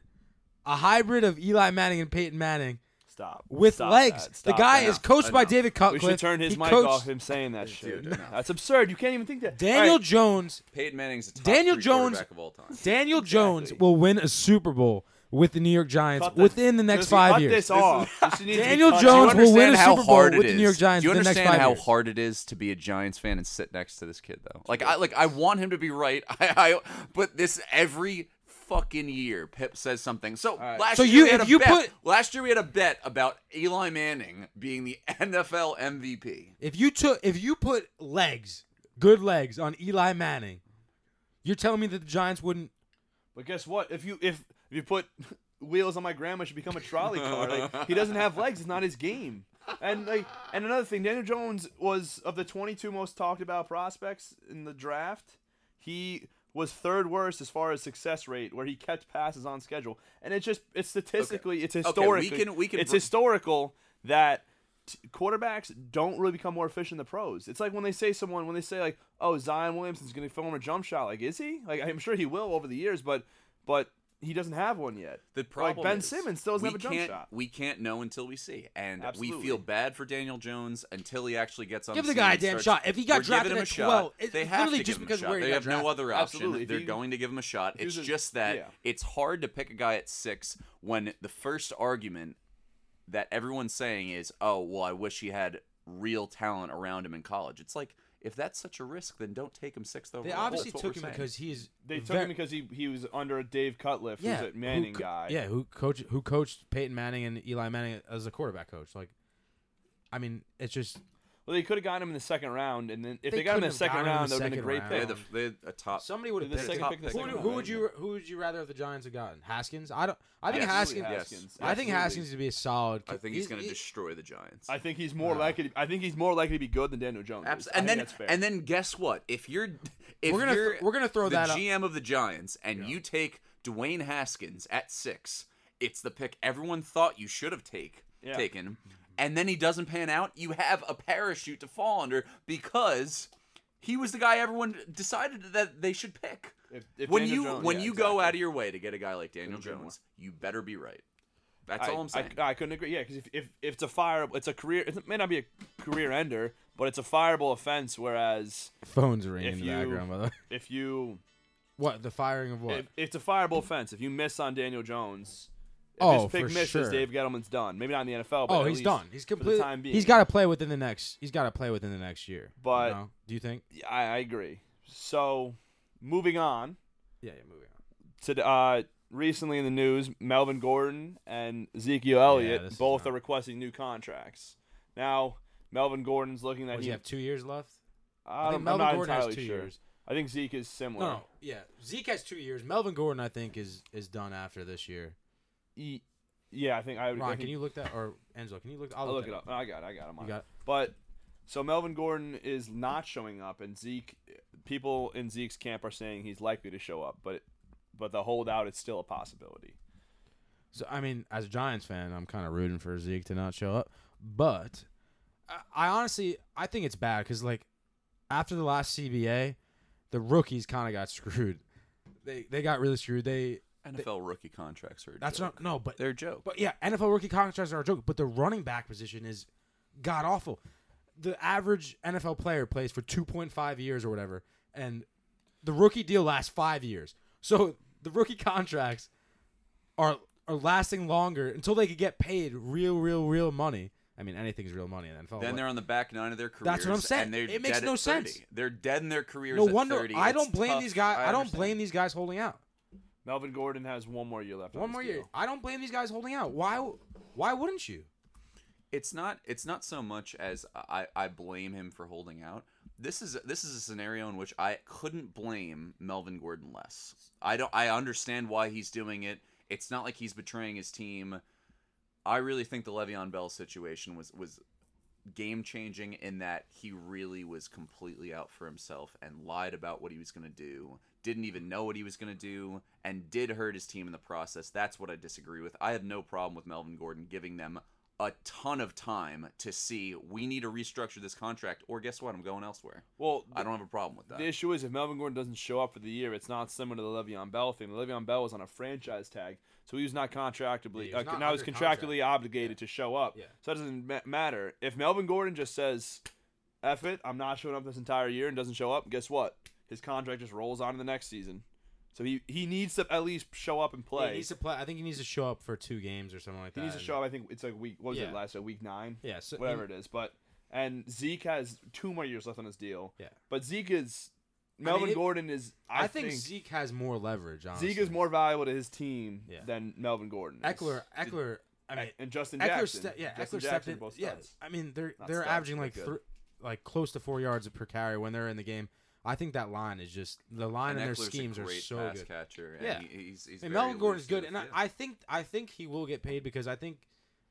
[SPEAKER 3] a hybrid of Eli Manning and Peyton Manning
[SPEAKER 4] Stop.
[SPEAKER 3] with
[SPEAKER 4] Stop
[SPEAKER 3] legs.
[SPEAKER 4] that.
[SPEAKER 3] the
[SPEAKER 4] Stop
[SPEAKER 3] guy
[SPEAKER 4] that.
[SPEAKER 3] is coached by
[SPEAKER 2] enough.
[SPEAKER 3] David
[SPEAKER 4] We
[SPEAKER 3] Cutcliffe.
[SPEAKER 4] should turn his
[SPEAKER 3] He
[SPEAKER 4] mic
[SPEAKER 3] coached-
[SPEAKER 4] off. Him saying that shit.
[SPEAKER 2] Dude, no.
[SPEAKER 4] That's absurd. You can't even think that.
[SPEAKER 3] Daniel
[SPEAKER 4] All right,
[SPEAKER 3] Jones.
[SPEAKER 2] Peyton Manning's a top
[SPEAKER 3] Daniel
[SPEAKER 2] three
[SPEAKER 3] Jones-
[SPEAKER 2] quarterback of all time.
[SPEAKER 3] Daniel Jones will win a Super Bowl with the New York Giants
[SPEAKER 4] cut that.
[SPEAKER 3] within the next
[SPEAKER 4] Just
[SPEAKER 3] five
[SPEAKER 4] cut
[SPEAKER 3] years.
[SPEAKER 4] This off. This needs to be
[SPEAKER 3] Daniel
[SPEAKER 4] cut.
[SPEAKER 3] Jones
[SPEAKER 2] Do you
[SPEAKER 3] will win a
[SPEAKER 2] understand how
[SPEAKER 3] Super Bowl
[SPEAKER 2] hard it
[SPEAKER 3] with the New York
[SPEAKER 2] is?
[SPEAKER 3] Giants
[SPEAKER 2] Do you
[SPEAKER 3] the next
[SPEAKER 2] understand
[SPEAKER 3] five
[SPEAKER 2] how
[SPEAKER 3] years?
[SPEAKER 2] hard it is to be a Giants fan and sit next to this kid though? Like I like I want him to be right. I, I but this every fucking year Pip says something. So last
[SPEAKER 3] So
[SPEAKER 2] year
[SPEAKER 3] you-
[SPEAKER 2] we had
[SPEAKER 3] if
[SPEAKER 2] a
[SPEAKER 3] you
[SPEAKER 2] bet.
[SPEAKER 3] put-
[SPEAKER 2] last year we had a bet about Eli Manning being the NFL MVP.
[SPEAKER 3] If you took, if you put legs, good legs on Eli Manning, you're telling me that the Giants wouldn't?
[SPEAKER 4] But guess what? If you if, if you put wheels on my grandma, she become a trolley car. Like, he doesn't have legs. It's not his game. And like and another thing, Daniel Jones was of the 22 most talked about prospects in the draft. He was third worst as far as success rate, where he kept passes on schedule. And it's just it's statistically, it's
[SPEAKER 2] we
[SPEAKER 4] historically,
[SPEAKER 2] can- we can
[SPEAKER 4] it's
[SPEAKER 2] br-
[SPEAKER 4] historical that t- quarterbacks don't really become more efficient in the pros. It's like when they say someone when they say like, "Oh, Zion Williamson's going to film a jump shot." Like, is he? Like, I'm sure he will over the years, but but he doesn't have one yet.
[SPEAKER 2] The problem
[SPEAKER 4] like Ben
[SPEAKER 2] is,
[SPEAKER 4] Simmons still doesn't
[SPEAKER 2] we
[SPEAKER 4] have a jump
[SPEAKER 2] can't-
[SPEAKER 4] shot.
[SPEAKER 2] We can't know until we see, and we
[SPEAKER 4] Absolutely.
[SPEAKER 2] feel bad for Daniel Jones until he actually gets on.
[SPEAKER 3] Give the
[SPEAKER 2] scene
[SPEAKER 3] guy a
[SPEAKER 2] and
[SPEAKER 3] damn
[SPEAKER 2] starts-
[SPEAKER 3] shot. If he got
[SPEAKER 2] we're giving
[SPEAKER 3] drafted
[SPEAKER 2] him a
[SPEAKER 3] at
[SPEAKER 2] shot.
[SPEAKER 3] 12, it-
[SPEAKER 2] they
[SPEAKER 3] it's
[SPEAKER 2] have
[SPEAKER 3] literally
[SPEAKER 2] to
[SPEAKER 3] just
[SPEAKER 2] give him
[SPEAKER 3] because
[SPEAKER 2] a
[SPEAKER 3] of
[SPEAKER 2] shot.
[SPEAKER 3] where he
[SPEAKER 2] they
[SPEAKER 3] got
[SPEAKER 2] have no
[SPEAKER 3] drafted.
[SPEAKER 2] other option.
[SPEAKER 4] Absolutely. If
[SPEAKER 2] They're
[SPEAKER 4] he-
[SPEAKER 2] going to give him a shot. It's
[SPEAKER 4] was a-
[SPEAKER 2] just that
[SPEAKER 4] yeah.
[SPEAKER 2] it's hard to pick a guy at six when the first argument that everyone's saying is, "Oh, well, I wish he had real talent around him in college." It's like if that's such a risk, then don't take him sixth overall.
[SPEAKER 3] They obviously
[SPEAKER 2] That's what
[SPEAKER 3] took
[SPEAKER 2] we're
[SPEAKER 3] him
[SPEAKER 2] saying.
[SPEAKER 3] because he's
[SPEAKER 4] They took him because he he was under Dave Cutliff,
[SPEAKER 3] yeah,
[SPEAKER 4] who's a Manning
[SPEAKER 3] who, co-
[SPEAKER 4] guy.
[SPEAKER 3] Yeah, who coach who coached Peyton Manning and Eli Manning as a quarterback coach? Like, I mean, it's just
[SPEAKER 4] Well, they could have gotten him in the second round, and then if
[SPEAKER 3] They
[SPEAKER 4] they, got him in
[SPEAKER 3] couldn't
[SPEAKER 4] the
[SPEAKER 3] have gotten
[SPEAKER 4] second
[SPEAKER 3] him in
[SPEAKER 4] round,
[SPEAKER 3] the
[SPEAKER 4] that would have been a
[SPEAKER 3] second round.
[SPEAKER 4] great
[SPEAKER 2] they
[SPEAKER 4] pick.
[SPEAKER 2] had, a, they had a top.
[SPEAKER 3] somebody would have
[SPEAKER 4] The
[SPEAKER 3] picked.
[SPEAKER 4] second
[SPEAKER 3] Top,
[SPEAKER 4] pick, the
[SPEAKER 3] who,
[SPEAKER 4] second
[SPEAKER 3] who
[SPEAKER 4] round.
[SPEAKER 3] would you who would you rather the Giants have gotten? Haskins? I don't. I think
[SPEAKER 4] Absolutely
[SPEAKER 3] Haskins.
[SPEAKER 4] Haskins.
[SPEAKER 3] I think
[SPEAKER 4] Absolutely.
[SPEAKER 3] Haskins would be a solid.
[SPEAKER 2] I think he's going to
[SPEAKER 3] he-
[SPEAKER 2] destroy the Giants.
[SPEAKER 4] I think he's more likely. I think he's more likely to be good than Daniel Jones.
[SPEAKER 2] Abs-
[SPEAKER 4] I
[SPEAKER 2] and
[SPEAKER 4] think
[SPEAKER 2] then
[SPEAKER 4] that's fair.
[SPEAKER 2] and then guess what? If you're if
[SPEAKER 3] We're gonna th-
[SPEAKER 2] you're
[SPEAKER 3] we're gonna throw
[SPEAKER 2] the
[SPEAKER 3] that up.
[SPEAKER 2] GM of the Giants and you take Dwayne Haskins at six, it's the pick everyone thought you should have take
[SPEAKER 4] Yeah.
[SPEAKER 2] taken, and then he doesn't pan out. You have a parachute to fall under because he was the guy everyone decided that they should pick.
[SPEAKER 4] If- if
[SPEAKER 2] when
[SPEAKER 4] Daniel
[SPEAKER 2] you
[SPEAKER 4] Jones-
[SPEAKER 2] when
[SPEAKER 4] yeah,
[SPEAKER 2] you go
[SPEAKER 4] exactly.
[SPEAKER 2] out of your way to get a guy like Daniel
[SPEAKER 4] Daniel
[SPEAKER 2] Jones, you better be right. That's
[SPEAKER 4] I,
[SPEAKER 2] all I'm
[SPEAKER 4] I-
[SPEAKER 2] saying.
[SPEAKER 4] I couldn't agree. Yeah, because if, if, if it's a fire, it's a career. It may not be a career ender, but it's a fireable offense. Whereas
[SPEAKER 3] phones ringing
[SPEAKER 4] If
[SPEAKER 3] in the
[SPEAKER 4] you-
[SPEAKER 3] background. By the way,
[SPEAKER 4] if you
[SPEAKER 3] what the firing of what?
[SPEAKER 4] if, it's a fireable offense. If you miss on Daniel Jones, if
[SPEAKER 3] Oh,
[SPEAKER 4] his pick
[SPEAKER 3] for
[SPEAKER 4] misses,
[SPEAKER 3] sure.
[SPEAKER 4] Dave Gettleman's done. Maybe not in the NFL. But
[SPEAKER 3] Oh,
[SPEAKER 4] at
[SPEAKER 3] he's
[SPEAKER 4] least
[SPEAKER 3] done. He's
[SPEAKER 4] for the
[SPEAKER 3] completely.
[SPEAKER 4] time being.
[SPEAKER 3] He's got to play within the next. He's got to play within the next year.
[SPEAKER 4] But-
[SPEAKER 3] you know? do you think?
[SPEAKER 4] Yeah, I, I agree. So, moving on
[SPEAKER 3] Yeah, yeah. Moving on.
[SPEAKER 4] to uh, recently in the news, Melvin Gordon and Ezekiel Elliott
[SPEAKER 3] this is
[SPEAKER 4] both
[SPEAKER 3] not-
[SPEAKER 4] are requesting new contracts. Now, Melvin Gordon's looking that
[SPEAKER 3] Does he have two years left?
[SPEAKER 4] I
[SPEAKER 3] think
[SPEAKER 4] am
[SPEAKER 3] Melvin
[SPEAKER 4] not
[SPEAKER 3] Gordon has
[SPEAKER 4] entirely
[SPEAKER 3] two
[SPEAKER 4] sure.
[SPEAKER 3] years.
[SPEAKER 4] I think Zeke is
[SPEAKER 3] No,
[SPEAKER 4] similar.
[SPEAKER 3] no, yeah. Zeke has two years. Melvin Gordon, I think, is is done after this year.
[SPEAKER 4] E- yeah, I think I would. I
[SPEAKER 3] Ron,
[SPEAKER 4] think-
[SPEAKER 3] can you look that or Angelo? Can you look? I'll
[SPEAKER 4] I'll
[SPEAKER 3] look,
[SPEAKER 4] look it up. No, I got it. I got it. I'm
[SPEAKER 3] You
[SPEAKER 4] on it.
[SPEAKER 3] got it?
[SPEAKER 4] But so Melvin Gordon is not showing up, and Zeke, people in Zeke's camp are saying he's likely to show up, but but the holdout is still a possibility.
[SPEAKER 3] So I mean, as a Giants fan, I'm kind of rooting for Zeke to not show up. But I, I honestly, I think it's bad because like after the last CBA, the rookies kind of got screwed. They they got really screwed. They
[SPEAKER 2] NFL rookie contracts are. A
[SPEAKER 3] that's
[SPEAKER 2] joke.
[SPEAKER 3] not no, but
[SPEAKER 2] They're a joke.
[SPEAKER 3] but yeah, NFL rookie contracts are a joke. But the running back position is god awful. The average NFL player plays for 2.5 years or whatever, and the rookie deal lasts five years. So the rookie contracts are are lasting longer until they could get paid real, real, real money. I mean, anything's real money in the NFL.
[SPEAKER 2] then they're on the back nine of their careers.
[SPEAKER 3] That's what I'm saying.
[SPEAKER 2] And they're
[SPEAKER 3] It makes
[SPEAKER 2] dead
[SPEAKER 3] no
[SPEAKER 2] at 30.
[SPEAKER 3] sense.
[SPEAKER 2] They're dead in their careers.
[SPEAKER 3] no
[SPEAKER 2] at
[SPEAKER 3] wonder
[SPEAKER 2] 30.
[SPEAKER 3] I
[SPEAKER 2] It's
[SPEAKER 3] don't blame
[SPEAKER 2] tough.
[SPEAKER 3] these guys. I, don't
[SPEAKER 2] understand.
[SPEAKER 3] blame these guys holding out.
[SPEAKER 4] Melvin Gordon has one more year left. on
[SPEAKER 3] One
[SPEAKER 4] his
[SPEAKER 3] more year.
[SPEAKER 4] deal.
[SPEAKER 3] I don't blame these guys holding out. Why? Why wouldn't you?
[SPEAKER 2] it's not it's not so much as I, I blame him for holding out. This is this is a scenario in which I couldn't blame Melvin Gordon less. I don't I understand why he's doing it. It's not like he's betraying his team. I really think the Le'Veon Bell situation was was game changing in that he really was completely out for himself and lied about what he was going to do, didn't even know what he was going to do, and did hurt his team in the process. That's what I disagree with. I have no problem with Melvin Gordon giving them a ton of time to see we need to restructure this contract, or guess what? I'm going elsewhere.
[SPEAKER 4] Well,
[SPEAKER 2] I don't have a problem with
[SPEAKER 4] The
[SPEAKER 2] that.
[SPEAKER 4] issue is if Melvin Gordon doesn't show up for the year, it's not similar to the Le'Veon Bell thing. The Le'Veon Bell was on a franchise tag, so he was not contractually.
[SPEAKER 3] Yeah, he was
[SPEAKER 4] uh,
[SPEAKER 3] not
[SPEAKER 4] now he's
[SPEAKER 3] under
[SPEAKER 4] contractually obligated to show up.
[SPEAKER 3] Yeah.
[SPEAKER 4] So that doesn't ma- matter. If Melvin Gordon just says, "F it, I'm not showing up this entire year," and doesn't show up, guess what? His contract just rolls on to the next season. So he he needs to at least show up and play.
[SPEAKER 3] He needs to play. I think he needs to show up for two games or something like that.
[SPEAKER 4] He needs to
[SPEAKER 3] and-
[SPEAKER 4] show up. I think it's like week. What was
[SPEAKER 3] Yeah.
[SPEAKER 4] it last? year? Week nine.
[SPEAKER 3] Yeah, so-
[SPEAKER 4] whatever it is. But and Zeke has two more years left on his deal.
[SPEAKER 3] Yeah.
[SPEAKER 4] But Zeke is Melvin
[SPEAKER 3] it-
[SPEAKER 4] Gordon is. I,
[SPEAKER 3] I, think, Zeke has more leverage. Honestly.
[SPEAKER 4] Zeke is more valuable to his team
[SPEAKER 3] Yeah.
[SPEAKER 4] than Melvin Gordon. is.
[SPEAKER 3] Eckler. Eckler. I mean,
[SPEAKER 4] and Justin
[SPEAKER 3] Eckler.
[SPEAKER 4] Jackson.
[SPEAKER 3] Ste- yeah,
[SPEAKER 4] Justin
[SPEAKER 3] Eckler stepped
[SPEAKER 4] Jackson,
[SPEAKER 3] in.
[SPEAKER 4] both
[SPEAKER 3] Yeah,
[SPEAKER 4] studs.
[SPEAKER 3] I mean they're
[SPEAKER 4] Not
[SPEAKER 3] they're
[SPEAKER 4] studs,
[SPEAKER 3] averaging
[SPEAKER 4] but
[SPEAKER 3] like
[SPEAKER 4] good.
[SPEAKER 3] thr like close to four yards per carry when they're in the game. I think that line is just the line
[SPEAKER 2] And
[SPEAKER 3] and their
[SPEAKER 2] Eckler's a
[SPEAKER 3] schemes are
[SPEAKER 2] great
[SPEAKER 3] so
[SPEAKER 2] pass
[SPEAKER 3] good.
[SPEAKER 2] catcher. And
[SPEAKER 3] Yeah.
[SPEAKER 2] he, he's, he's
[SPEAKER 3] And
[SPEAKER 2] very
[SPEAKER 3] Melvin Gordon is
[SPEAKER 2] elusive.
[SPEAKER 3] good, and I,
[SPEAKER 2] Yeah.
[SPEAKER 3] I think I think he will get paid because I think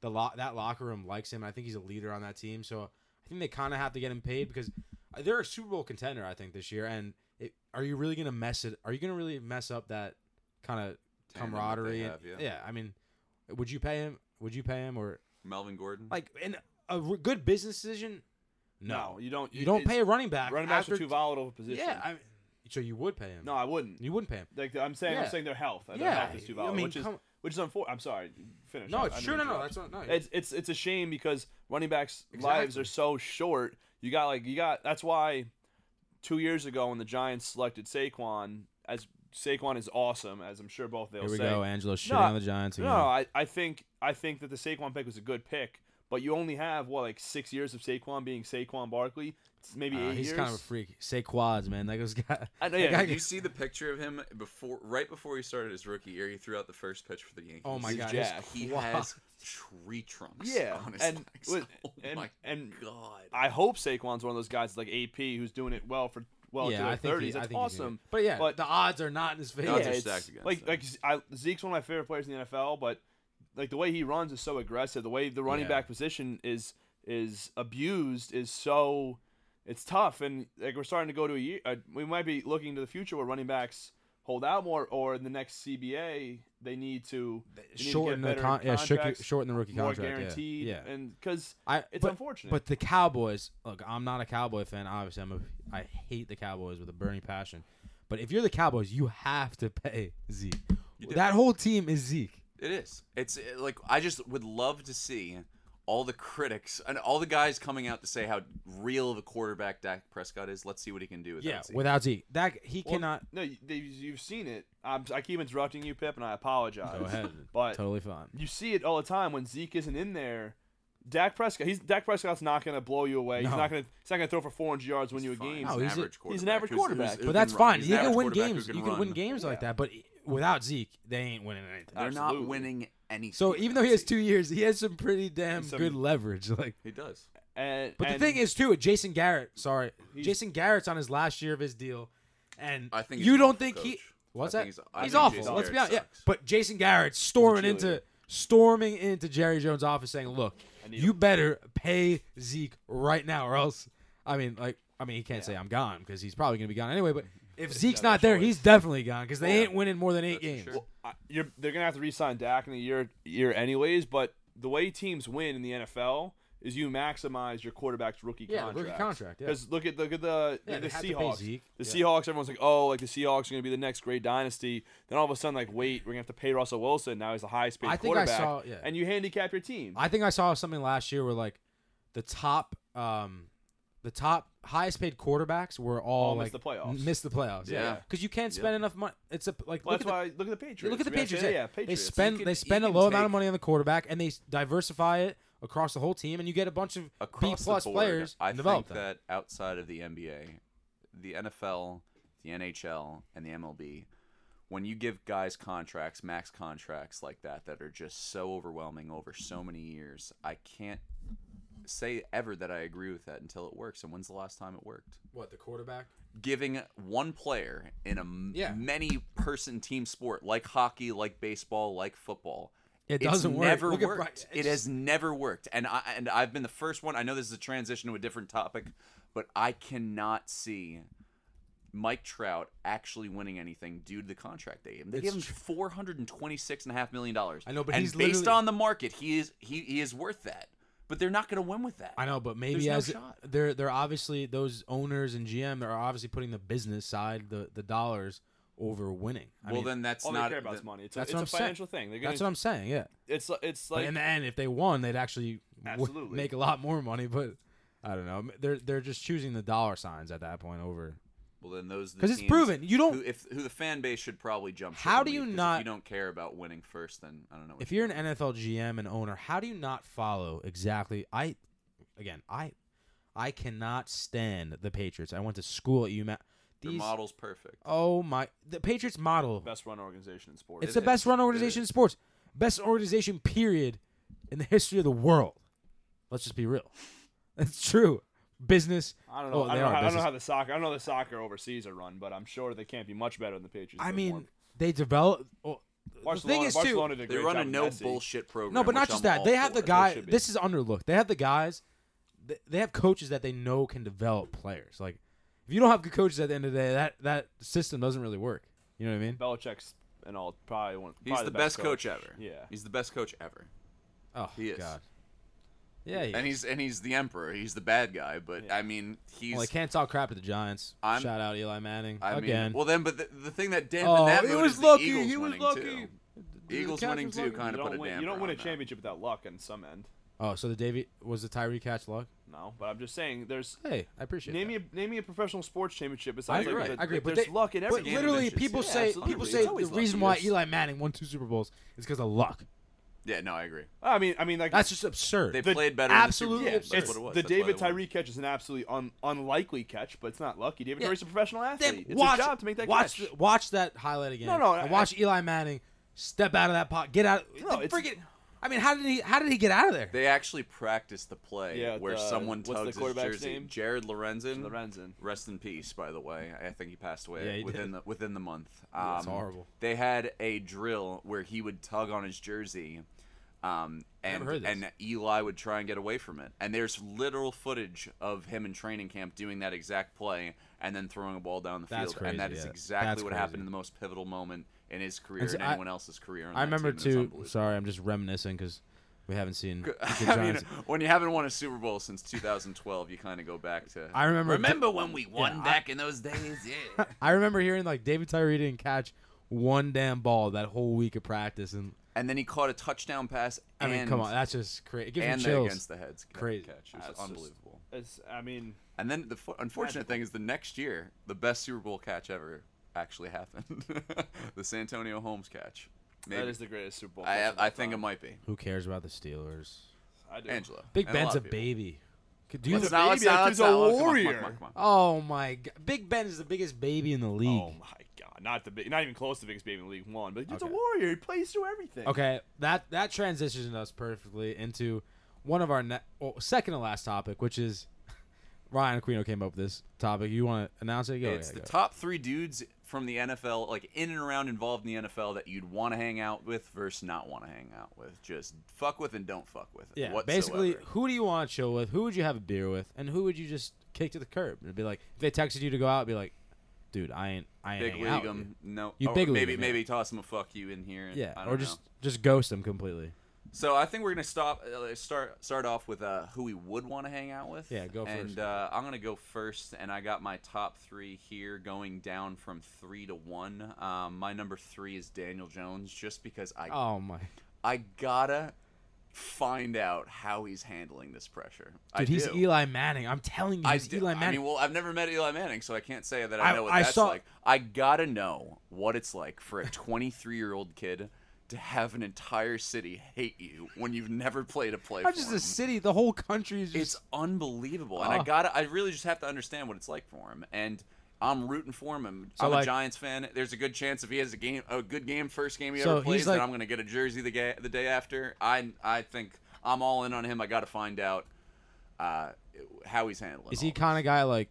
[SPEAKER 3] the lo- that locker room likes him. I think he's a leader on that team, so I think they kind of have to get him paid because they're a Super Bowl contender. I think this year, and it, are you really gonna mess it? Are you gonna really mess up that kind of
[SPEAKER 2] Tandem that they
[SPEAKER 3] camaraderie? and-
[SPEAKER 2] have, yeah.
[SPEAKER 3] I mean, would you pay him? Would you pay him or
[SPEAKER 2] Melvin Gordon.
[SPEAKER 3] like in a r- good business decision? No,
[SPEAKER 4] No, you don't.
[SPEAKER 3] you don't
[SPEAKER 4] it's-
[SPEAKER 3] pay a running back.
[SPEAKER 4] Running backs
[SPEAKER 3] after,
[SPEAKER 4] are too volatile of a position.
[SPEAKER 3] Yeah, I mean, so you would pay him?
[SPEAKER 4] no, I wouldn't.
[SPEAKER 3] you wouldn't pay him.
[SPEAKER 4] Like I'm saying,
[SPEAKER 3] Yeah.
[SPEAKER 4] I'm saying their health. Their
[SPEAKER 3] Yeah,
[SPEAKER 4] health is
[SPEAKER 3] I
[SPEAKER 4] too volatile,
[SPEAKER 3] mean,
[SPEAKER 4] which is
[SPEAKER 3] come-
[SPEAKER 4] which is unfortunate. I'm sorry. Finish.
[SPEAKER 3] No,
[SPEAKER 4] I-
[SPEAKER 3] it's
[SPEAKER 4] I didn't
[SPEAKER 3] true. No, no,
[SPEAKER 4] interrupt.
[SPEAKER 3] that's not- no,
[SPEAKER 4] It's it's it's a shame because running backs' lives
[SPEAKER 3] Exactly.
[SPEAKER 4] are so short. You got like you got. That's why two years ago when the Giants selected Saquon, as Saquon is awesome, as I'm sure both they'll
[SPEAKER 3] Here we
[SPEAKER 4] say.
[SPEAKER 3] go, Angelo shitting
[SPEAKER 4] No,
[SPEAKER 3] on the Giants again.
[SPEAKER 4] No, I, I think I think that the Saquon pick was a good pick, but you only have what like six years of Saquon being Saquon Barkley. It's maybe
[SPEAKER 3] Uh,
[SPEAKER 4] eight
[SPEAKER 3] he's
[SPEAKER 4] years.
[SPEAKER 3] kind of a freak. Say quads, man. Like this guy.
[SPEAKER 4] I know,
[SPEAKER 3] that
[SPEAKER 4] yeah,
[SPEAKER 3] guy
[SPEAKER 4] you
[SPEAKER 2] Did you
[SPEAKER 3] gets-
[SPEAKER 2] see the picture of him before, right before he started his rookie year? He threw out the first pitch for the Yankees.
[SPEAKER 3] oh my
[SPEAKER 4] he's
[SPEAKER 3] god,
[SPEAKER 4] jacked.
[SPEAKER 2] He
[SPEAKER 3] Wow.
[SPEAKER 2] has tree trunks.
[SPEAKER 4] Yeah,
[SPEAKER 2] on his
[SPEAKER 4] and
[SPEAKER 2] legs.
[SPEAKER 4] with-
[SPEAKER 2] oh
[SPEAKER 4] and-
[SPEAKER 2] my
[SPEAKER 4] and-
[SPEAKER 2] god.
[SPEAKER 4] I hope Saquon's one of those guys like AP who's doing it well for well
[SPEAKER 3] yeah,
[SPEAKER 4] into
[SPEAKER 3] I
[SPEAKER 4] their
[SPEAKER 3] think
[SPEAKER 4] thirties.
[SPEAKER 3] he- I
[SPEAKER 4] That's
[SPEAKER 3] think he's gonna-
[SPEAKER 4] awesome.
[SPEAKER 3] But yeah,
[SPEAKER 4] but
[SPEAKER 3] the odds are not in his favor.
[SPEAKER 2] odds are
[SPEAKER 4] yeah, it's-
[SPEAKER 2] stacked against
[SPEAKER 4] like
[SPEAKER 2] them.
[SPEAKER 4] like I, Zeke's one of my favorite players in the NFL, but like the way he runs is so aggressive. The way the running
[SPEAKER 3] Yeah.
[SPEAKER 4] back position is is abused is so it's tough, and like we're starting to go to a year. Uh, we might be looking to the future where running backs hold out more, or in the next CBA they need to they need to get
[SPEAKER 3] shorten the
[SPEAKER 4] better
[SPEAKER 3] con- yeah, shorten-
[SPEAKER 4] contracts,
[SPEAKER 3] shorten the rookie
[SPEAKER 4] more
[SPEAKER 3] contract, yeah,
[SPEAKER 4] guaranteed,
[SPEAKER 3] yeah.
[SPEAKER 4] and because
[SPEAKER 3] I,
[SPEAKER 4] it's
[SPEAKER 3] but-
[SPEAKER 4] unfortunate.
[SPEAKER 3] But the Cowboys. Look, I'm not a Cowboy fan. Obviously, I'm a. I hate the Cowboys with a burning passion. But if you're the Cowboys, you have to pay Zeke. That whole team is Zeke.
[SPEAKER 2] It is. It's uh, like I just would love to see all the critics and all the guys coming out to say how real of a quarterback Dak Prescott is. Let's see what he can do with
[SPEAKER 3] Yeah, without Zeke, that he
[SPEAKER 4] Well,
[SPEAKER 3] cannot.
[SPEAKER 4] No, you- they, you've seen it. I'm, I keep interrupting you, Pip, and I apologize.
[SPEAKER 3] Go ahead.
[SPEAKER 4] But
[SPEAKER 3] totally fine.
[SPEAKER 4] you see it all the time when Zeke isn't in there. Dak Prescott, he's Dak Prescott's not going to blow you away. He's
[SPEAKER 3] No.
[SPEAKER 4] not going to he's not going to throw for 400 yards when you a game.
[SPEAKER 3] No, he's
[SPEAKER 2] he's,
[SPEAKER 3] a-
[SPEAKER 2] an average
[SPEAKER 4] he's
[SPEAKER 2] quarterback.
[SPEAKER 4] an average
[SPEAKER 2] who's- who's-
[SPEAKER 4] quarterback.
[SPEAKER 2] who
[SPEAKER 3] But
[SPEAKER 2] can
[SPEAKER 3] that's
[SPEAKER 2] run.
[SPEAKER 3] fine.
[SPEAKER 2] He's an
[SPEAKER 3] You can
[SPEAKER 2] average
[SPEAKER 3] win
[SPEAKER 2] quarterback who
[SPEAKER 3] games.
[SPEAKER 2] can
[SPEAKER 3] you can win
[SPEAKER 2] run.
[SPEAKER 3] games like that. But without Zeke, they ain't winning anything.
[SPEAKER 2] They're
[SPEAKER 4] Absolutely.
[SPEAKER 2] not winning anything.
[SPEAKER 3] So even though he has
[SPEAKER 2] without
[SPEAKER 3] two years, he has some pretty damn
[SPEAKER 4] Some-
[SPEAKER 3] good leverage. Like
[SPEAKER 2] Zeke. he does.
[SPEAKER 4] And
[SPEAKER 3] But
[SPEAKER 4] and
[SPEAKER 3] the thing is, too, with Jason Garrett. Sorry,
[SPEAKER 4] He's-
[SPEAKER 3] Jason Garrett's on his last year of his deal, and
[SPEAKER 2] I think he's
[SPEAKER 3] you
[SPEAKER 2] an
[SPEAKER 3] don't
[SPEAKER 2] awful
[SPEAKER 3] think he.
[SPEAKER 2] coach.
[SPEAKER 3] What's
[SPEAKER 2] I
[SPEAKER 3] that?
[SPEAKER 2] think he's- I
[SPEAKER 3] he's
[SPEAKER 2] think
[SPEAKER 3] awful.
[SPEAKER 2] Jason
[SPEAKER 3] Let's be
[SPEAKER 2] Garrett
[SPEAKER 3] honest. Yeah,
[SPEAKER 2] sucks.
[SPEAKER 3] but Jason Garrett's storming into
[SPEAKER 4] cheerleader.
[SPEAKER 3] storming into Jerry Jones' office saying, "Look,
[SPEAKER 4] need
[SPEAKER 3] you better pay Zeke right now, or else." I mean, like, I mean, he can't say I'm gone because he's probably gonna be gone anyway. But if Zeke's
[SPEAKER 4] not
[SPEAKER 3] not
[SPEAKER 4] a
[SPEAKER 3] there,
[SPEAKER 4] choice.
[SPEAKER 3] he's definitely gone because they
[SPEAKER 2] Yeah.
[SPEAKER 3] ain't winning more than eight
[SPEAKER 2] That's for
[SPEAKER 3] games.
[SPEAKER 2] sure.
[SPEAKER 4] Well, I- you're, they're gonna have to re-sign Dak in the year year anyways. But the way teams win in the NFL is you maximize your quarterback's rookie
[SPEAKER 3] Yeah, the
[SPEAKER 4] contract.
[SPEAKER 3] rookie contract, yeah.
[SPEAKER 4] Because look at look at the
[SPEAKER 3] Yeah,
[SPEAKER 4] the,
[SPEAKER 3] they had to pay
[SPEAKER 4] Seahawks.
[SPEAKER 3] Zeke,
[SPEAKER 4] The
[SPEAKER 3] yeah.
[SPEAKER 4] Seahawks. Everyone's like, oh, like the Seahawks are gonna be the next great dynasty. Then all of a sudden, like, wait, we're gonna have to pay Russell Wilson. Now he's the highest paid
[SPEAKER 3] I think I
[SPEAKER 4] quarterback.
[SPEAKER 3] saw- yeah.
[SPEAKER 4] And you handicap your team.
[SPEAKER 3] I think I saw something last year where like the top um the top highest paid quarterbacks were all
[SPEAKER 4] All
[SPEAKER 3] like
[SPEAKER 4] missed the playoffs.
[SPEAKER 3] Missed the playoffs. Yeah.
[SPEAKER 2] Yeah.
[SPEAKER 3] Cuz you can't spend enough money. It's a like
[SPEAKER 4] well,
[SPEAKER 3] look,
[SPEAKER 4] that's
[SPEAKER 3] at
[SPEAKER 4] why look at the Patriots.
[SPEAKER 3] the, look at the
[SPEAKER 4] We gotta say
[SPEAKER 3] Patriots.
[SPEAKER 4] that,
[SPEAKER 3] yeah.
[SPEAKER 4] yeah,
[SPEAKER 3] They
[SPEAKER 4] Patriots.
[SPEAKER 3] spend
[SPEAKER 2] can-
[SPEAKER 3] they
[SPEAKER 2] you
[SPEAKER 3] spend a
[SPEAKER 2] can
[SPEAKER 3] low amount of
[SPEAKER 2] take-
[SPEAKER 3] money on the quarterback and they s- diversify it across the whole team and you get a bunch of B
[SPEAKER 2] across
[SPEAKER 3] plus
[SPEAKER 2] the board,
[SPEAKER 3] players
[SPEAKER 2] I
[SPEAKER 3] and develop
[SPEAKER 2] think
[SPEAKER 3] them.
[SPEAKER 2] that outside of the NBA, the NFL, the NHL, and the MLB, when you give guys contracts, max contracts like that, that are just so overwhelming over so many years, I can't say ever that I agree with that until it works. And when's the last time it worked?
[SPEAKER 3] What the quarterback?
[SPEAKER 2] Giving one player in a m-
[SPEAKER 3] Yeah.
[SPEAKER 2] many person team sport like hockey, like baseball, like football.
[SPEAKER 3] It
[SPEAKER 2] It's
[SPEAKER 3] doesn't work.
[SPEAKER 2] Never
[SPEAKER 3] Look at Bri-
[SPEAKER 2] worked. It
[SPEAKER 3] it's-
[SPEAKER 2] has never worked, and I and I've been the first one. I know this is a transition to a different topic, but I cannot see Mike Trout actually winning anything due to the contract they gave him. They gave him
[SPEAKER 3] It's
[SPEAKER 2] four hundred and twenty-six and a half million dollars.
[SPEAKER 3] I know, but
[SPEAKER 2] and
[SPEAKER 3] he's
[SPEAKER 2] based
[SPEAKER 3] literally-
[SPEAKER 2] on the market, he is he, he is worth that. But they're not going to win with that.
[SPEAKER 3] I know, but maybe
[SPEAKER 2] There's no
[SPEAKER 3] as
[SPEAKER 2] shot.
[SPEAKER 3] they're they're obviously those owners and GM are obviously putting the business side the the dollars over winning. I
[SPEAKER 2] well,
[SPEAKER 3] mean,
[SPEAKER 2] then that's
[SPEAKER 4] All
[SPEAKER 2] not
[SPEAKER 4] they care about
[SPEAKER 2] the-
[SPEAKER 4] is money. It's a,
[SPEAKER 3] that's
[SPEAKER 4] it's
[SPEAKER 3] what
[SPEAKER 4] a
[SPEAKER 3] I'm saying.
[SPEAKER 4] financial thing. They're gonna,
[SPEAKER 3] that's what I'm saying. Yeah.
[SPEAKER 4] It's it's
[SPEAKER 3] But
[SPEAKER 4] like
[SPEAKER 3] in the end, if they won, they'd actually w-
[SPEAKER 4] Absolutely.
[SPEAKER 3] make a lot more money. But I don't know. They're they're just choosing the dollar signs at that point over.
[SPEAKER 2] Well, then those
[SPEAKER 3] Because it's proven. You
[SPEAKER 2] Who,
[SPEAKER 3] don't.
[SPEAKER 2] if who the fan base should probably jump. ship
[SPEAKER 3] How
[SPEAKER 2] and
[SPEAKER 3] do you
[SPEAKER 2] leave, 'cause
[SPEAKER 3] not-
[SPEAKER 2] If you don't care about winning first, then I don't know. What
[SPEAKER 3] If you're an NFL GM and owner, how do you not follow exactly? I, again, I, I cannot stand the Patriots. I went to school at UMass.
[SPEAKER 2] Their
[SPEAKER 3] These,
[SPEAKER 2] model's perfect.
[SPEAKER 3] oh my, the Patriots model.
[SPEAKER 4] best run organization in sports.
[SPEAKER 3] It's
[SPEAKER 2] It
[SPEAKER 3] the best
[SPEAKER 2] is.
[SPEAKER 3] run
[SPEAKER 2] It
[SPEAKER 3] organization in sports. Best organization period in the history of the world. Let's just be real. It's true. Business.
[SPEAKER 4] I don't
[SPEAKER 3] Oh,
[SPEAKER 4] know. I,
[SPEAKER 3] they
[SPEAKER 4] don't know
[SPEAKER 3] are
[SPEAKER 4] how, I don't know
[SPEAKER 3] business.
[SPEAKER 4] how the soccer. I don't know the soccer overseas are run, but I'm sure they can't be much better than the Patriots.
[SPEAKER 3] I
[SPEAKER 4] They're
[SPEAKER 3] mean,
[SPEAKER 4] more-
[SPEAKER 3] they develop. oh, Well, the
[SPEAKER 4] Barcelona,
[SPEAKER 3] thing is, too,
[SPEAKER 4] Barcelona did a
[SPEAKER 2] They
[SPEAKER 4] great
[SPEAKER 2] run a
[SPEAKER 4] job with
[SPEAKER 2] no
[SPEAKER 4] Messi.
[SPEAKER 2] bullshit program.
[SPEAKER 3] No, but not
[SPEAKER 2] which
[SPEAKER 3] just
[SPEAKER 2] I'm
[SPEAKER 3] that.
[SPEAKER 2] all
[SPEAKER 3] They have
[SPEAKER 2] for.
[SPEAKER 3] the guy.
[SPEAKER 4] should be.
[SPEAKER 3] This is underlooked. They have the guys. th- They have coaches that they know can develop players. Like, if you don't have good coaches at the end of the day, that that system doesn't really work. You know what I mean?
[SPEAKER 4] Belichick's and all probably one.
[SPEAKER 2] He's
[SPEAKER 4] probably
[SPEAKER 2] the, best coach. ever.
[SPEAKER 4] Yeah.
[SPEAKER 2] he's the best coach ever,
[SPEAKER 3] Oh,
[SPEAKER 2] He is.
[SPEAKER 3] God. Yeah, he
[SPEAKER 2] and
[SPEAKER 3] is.
[SPEAKER 2] he's and he's the emperor. He's the bad guy, but I mean, he's.
[SPEAKER 3] Well, I can't talk crap to the Giants.
[SPEAKER 2] I'm-
[SPEAKER 3] Shout out Eli Manning
[SPEAKER 2] I mean,
[SPEAKER 3] again.
[SPEAKER 2] well, then, but the, the thing that dampened
[SPEAKER 3] Oh,
[SPEAKER 2] that
[SPEAKER 3] he
[SPEAKER 2] mood
[SPEAKER 3] was
[SPEAKER 2] is the
[SPEAKER 3] lucky,
[SPEAKER 2] Eagles
[SPEAKER 3] he was
[SPEAKER 2] winning,
[SPEAKER 3] lucky.
[SPEAKER 2] Too. The
[SPEAKER 3] The
[SPEAKER 2] Eagles
[SPEAKER 3] Cavs
[SPEAKER 2] winning
[SPEAKER 3] was
[SPEAKER 2] too
[SPEAKER 3] lucky.
[SPEAKER 2] kind
[SPEAKER 4] You
[SPEAKER 2] of put a
[SPEAKER 4] don't, win,
[SPEAKER 2] damper
[SPEAKER 4] you don't win a
[SPEAKER 2] on that.
[SPEAKER 4] championship without luck on some end.
[SPEAKER 3] oh, so the Davy was the Tyree catch luck.
[SPEAKER 4] No, but I'm just saying there's.
[SPEAKER 3] Hey, I appreciate.
[SPEAKER 4] Name
[SPEAKER 3] that.
[SPEAKER 4] me, a, name me a professional sports
[SPEAKER 3] I
[SPEAKER 4] championship besides
[SPEAKER 3] agree.
[SPEAKER 4] like
[SPEAKER 2] right.
[SPEAKER 4] the,
[SPEAKER 3] I agree. But
[SPEAKER 4] there's
[SPEAKER 3] they-
[SPEAKER 4] luck in every
[SPEAKER 3] But
[SPEAKER 2] game.
[SPEAKER 3] literally,
[SPEAKER 2] Dimensions,
[SPEAKER 3] people
[SPEAKER 2] yeah,
[SPEAKER 3] say
[SPEAKER 2] absolutely.
[SPEAKER 3] people
[SPEAKER 2] It's
[SPEAKER 3] say
[SPEAKER 4] always
[SPEAKER 3] the reason why
[SPEAKER 4] lucky.
[SPEAKER 3] Eli Manning won two Super Bowls is because of luck.
[SPEAKER 2] Yeah, no, I agree.
[SPEAKER 4] I mean, I mean, like
[SPEAKER 3] That's just absurd.
[SPEAKER 2] They
[SPEAKER 4] The-
[SPEAKER 2] played better.
[SPEAKER 3] absolutely
[SPEAKER 2] in the
[SPEAKER 3] absurd.
[SPEAKER 2] Super Bowl.
[SPEAKER 4] it's
[SPEAKER 2] That's what it was.
[SPEAKER 4] the
[SPEAKER 2] That's why
[SPEAKER 4] David
[SPEAKER 2] they won.
[SPEAKER 4] Tyree catch is an absolutely un, unlikely catch, but it's not lucky. David Tyree's a professional
[SPEAKER 3] Then
[SPEAKER 4] athlete. It's
[SPEAKER 3] watch,
[SPEAKER 4] a job to make that
[SPEAKER 3] watch,
[SPEAKER 4] catch.
[SPEAKER 3] the- watch that highlight again.
[SPEAKER 4] No, no,
[SPEAKER 3] and
[SPEAKER 4] I-
[SPEAKER 3] watch Eli Manning step out of that pot. Get out.
[SPEAKER 4] No,
[SPEAKER 3] the
[SPEAKER 4] it's-
[SPEAKER 3] freaking. I mean, how did he? How did he get out of there?
[SPEAKER 2] They actually practiced the play
[SPEAKER 4] Yeah,
[SPEAKER 2] where
[SPEAKER 4] the-
[SPEAKER 2] someone
[SPEAKER 4] what's the
[SPEAKER 2] tugs his
[SPEAKER 4] quarterback's
[SPEAKER 2] jersey.
[SPEAKER 4] name?
[SPEAKER 2] Jared Lorenzen.
[SPEAKER 4] Lorenzen.
[SPEAKER 2] Rest in peace, by the way. I think he passed away
[SPEAKER 3] Yeah, he
[SPEAKER 2] within
[SPEAKER 3] did.
[SPEAKER 2] the within the month. Um,
[SPEAKER 3] that's horrible.
[SPEAKER 2] They had a drill where he would tug on his jersey, um, and
[SPEAKER 3] heard this.
[SPEAKER 2] and Eli would try and get away from it. And there's literal footage of him in training camp doing that exact play and then throwing a ball down the
[SPEAKER 3] That's
[SPEAKER 2] field. and that
[SPEAKER 3] crazy,
[SPEAKER 2] is
[SPEAKER 3] yeah.
[SPEAKER 2] exactly
[SPEAKER 3] That's
[SPEAKER 2] what
[SPEAKER 3] crazy.
[SPEAKER 2] happened in the most pivotal moment in his career
[SPEAKER 3] And
[SPEAKER 2] and,
[SPEAKER 3] so I-
[SPEAKER 2] anyone else's career. on
[SPEAKER 3] I
[SPEAKER 2] that
[SPEAKER 3] remember
[SPEAKER 2] team, and it's
[SPEAKER 3] too.
[SPEAKER 2] unbelievable.
[SPEAKER 3] Sorry, I'm just reminiscing because we haven't seen. the
[SPEAKER 2] I mean,
[SPEAKER 3] Giants.
[SPEAKER 2] when you haven't won a Super Bowl since 2012, you kind of go back to.
[SPEAKER 3] I remember-
[SPEAKER 2] Remember when we won
[SPEAKER 3] Yeah, I-
[SPEAKER 2] back in those days? Yeah.
[SPEAKER 4] uh,
[SPEAKER 3] I remember hearing like David Tyree didn't catch one damn ball that whole week of practice, and
[SPEAKER 2] and then he caught a touchdown pass.
[SPEAKER 3] I mean,
[SPEAKER 2] and-
[SPEAKER 3] come on, that's just crazy. It gives
[SPEAKER 2] and
[SPEAKER 3] me
[SPEAKER 2] the
[SPEAKER 3] chills.
[SPEAKER 2] against the heads ca-
[SPEAKER 3] Crazy.
[SPEAKER 2] catch. It was
[SPEAKER 4] That's just-
[SPEAKER 2] unbelievable.
[SPEAKER 4] It's, I mean,
[SPEAKER 2] And then the fu- unfortunate thing is the next year, the best Super Bowl catch ever actually happened. the Santonio Holmes catch. Maybe.
[SPEAKER 4] that is the greatest Super Bowl. catch
[SPEAKER 2] I,
[SPEAKER 4] of
[SPEAKER 2] I
[SPEAKER 4] all
[SPEAKER 2] think it
[SPEAKER 4] time.
[SPEAKER 2] might be.
[SPEAKER 3] Who cares about the Steelers?
[SPEAKER 4] I do.
[SPEAKER 2] Angela.
[SPEAKER 3] Big
[SPEAKER 2] and lot
[SPEAKER 3] Ben's a
[SPEAKER 2] of people.
[SPEAKER 3] baby. Could do
[SPEAKER 4] He's
[SPEAKER 3] the-
[SPEAKER 2] Let's
[SPEAKER 4] a
[SPEAKER 2] not- let's
[SPEAKER 4] baby, that
[SPEAKER 2] not-
[SPEAKER 4] kid's
[SPEAKER 2] let's not-
[SPEAKER 4] a
[SPEAKER 2] let's not- come on, come on,
[SPEAKER 4] warrior.
[SPEAKER 2] come on, come on.
[SPEAKER 3] Oh my god, Big Ben is the biggest baby in the league.
[SPEAKER 4] Oh my god, not the big, not even close to the biggest baby in League One, but it's a warrior. He plays through everything.
[SPEAKER 3] Okay, that that transitions us perfectly into one of our ne- well, second to last topic, which is Ryan Aquino came up with this topic. You want to announce it? Go,
[SPEAKER 2] it's
[SPEAKER 3] Oh, yeah,
[SPEAKER 2] the
[SPEAKER 3] go.
[SPEAKER 2] top three dudes from the NFL, like in and around involved in the NFL, that you'd want to hang out with versus not want to hang out with. Just fuck with and don't fuck with.
[SPEAKER 3] Yeah,
[SPEAKER 2] whatsoever.
[SPEAKER 3] basically, who do you want to chill with? Who would you have a beer with? And who would you just kick to the curb? It'd be like if they texted you to go out, it'd be like, dude, I ain't, I ain't
[SPEAKER 2] big
[SPEAKER 3] hanging
[SPEAKER 2] league
[SPEAKER 3] out with you.
[SPEAKER 2] them. No,
[SPEAKER 3] You
[SPEAKER 2] or
[SPEAKER 3] big league
[SPEAKER 2] maybe
[SPEAKER 3] 'em, yeah.
[SPEAKER 2] maybe toss them a fuck you in here. and-
[SPEAKER 3] Yeah,
[SPEAKER 2] I don't
[SPEAKER 3] or
[SPEAKER 2] know.
[SPEAKER 3] just just ghost them completely.
[SPEAKER 2] So I think we're gonna stop. Uh, start start off with uh, who we would want to hang out with.
[SPEAKER 3] Yeah, go first.
[SPEAKER 2] And uh, I'm gonna go first, and I got my top three here, going down from three to one. Um, my number three is Daniel Jones, just because I
[SPEAKER 3] Oh my!
[SPEAKER 2] I gotta find out how he's handling this pressure. I
[SPEAKER 3] Dude, he's
[SPEAKER 2] do.
[SPEAKER 3] Eli Manning. I'm telling you,
[SPEAKER 2] I,
[SPEAKER 3] he's
[SPEAKER 2] do-
[SPEAKER 3] Eli
[SPEAKER 2] I
[SPEAKER 3] Manning.
[SPEAKER 2] mean, well, I've never met Eli Manning, so I can't say that
[SPEAKER 3] I-
[SPEAKER 2] I know what
[SPEAKER 3] I
[SPEAKER 2] that's
[SPEAKER 3] saw-
[SPEAKER 2] like. I gotta know what it's like for a 23 year old kid to have an entire city hate you when you've never played a play.
[SPEAKER 3] Not
[SPEAKER 2] for
[SPEAKER 3] just
[SPEAKER 2] him.
[SPEAKER 3] a city, the whole country is just.
[SPEAKER 2] It's unbelievable, and I
[SPEAKER 3] Ah.
[SPEAKER 2] gotta. I really just have to understand what it's like for him, and I'm rooting for him. I'm,
[SPEAKER 3] So,
[SPEAKER 2] I'm
[SPEAKER 3] like-
[SPEAKER 2] a Giants fan. There's a good chance if he has a game, a good game, first game he
[SPEAKER 3] So
[SPEAKER 2] ever
[SPEAKER 3] he's
[SPEAKER 2] plays,
[SPEAKER 3] like-
[SPEAKER 2] that I'm gonna get a jersey the ga- the day after. I I think I'm all in on him. I gotta find out uh, how he's handling.
[SPEAKER 3] is
[SPEAKER 2] all
[SPEAKER 3] he
[SPEAKER 2] this.
[SPEAKER 3] kind of guy like,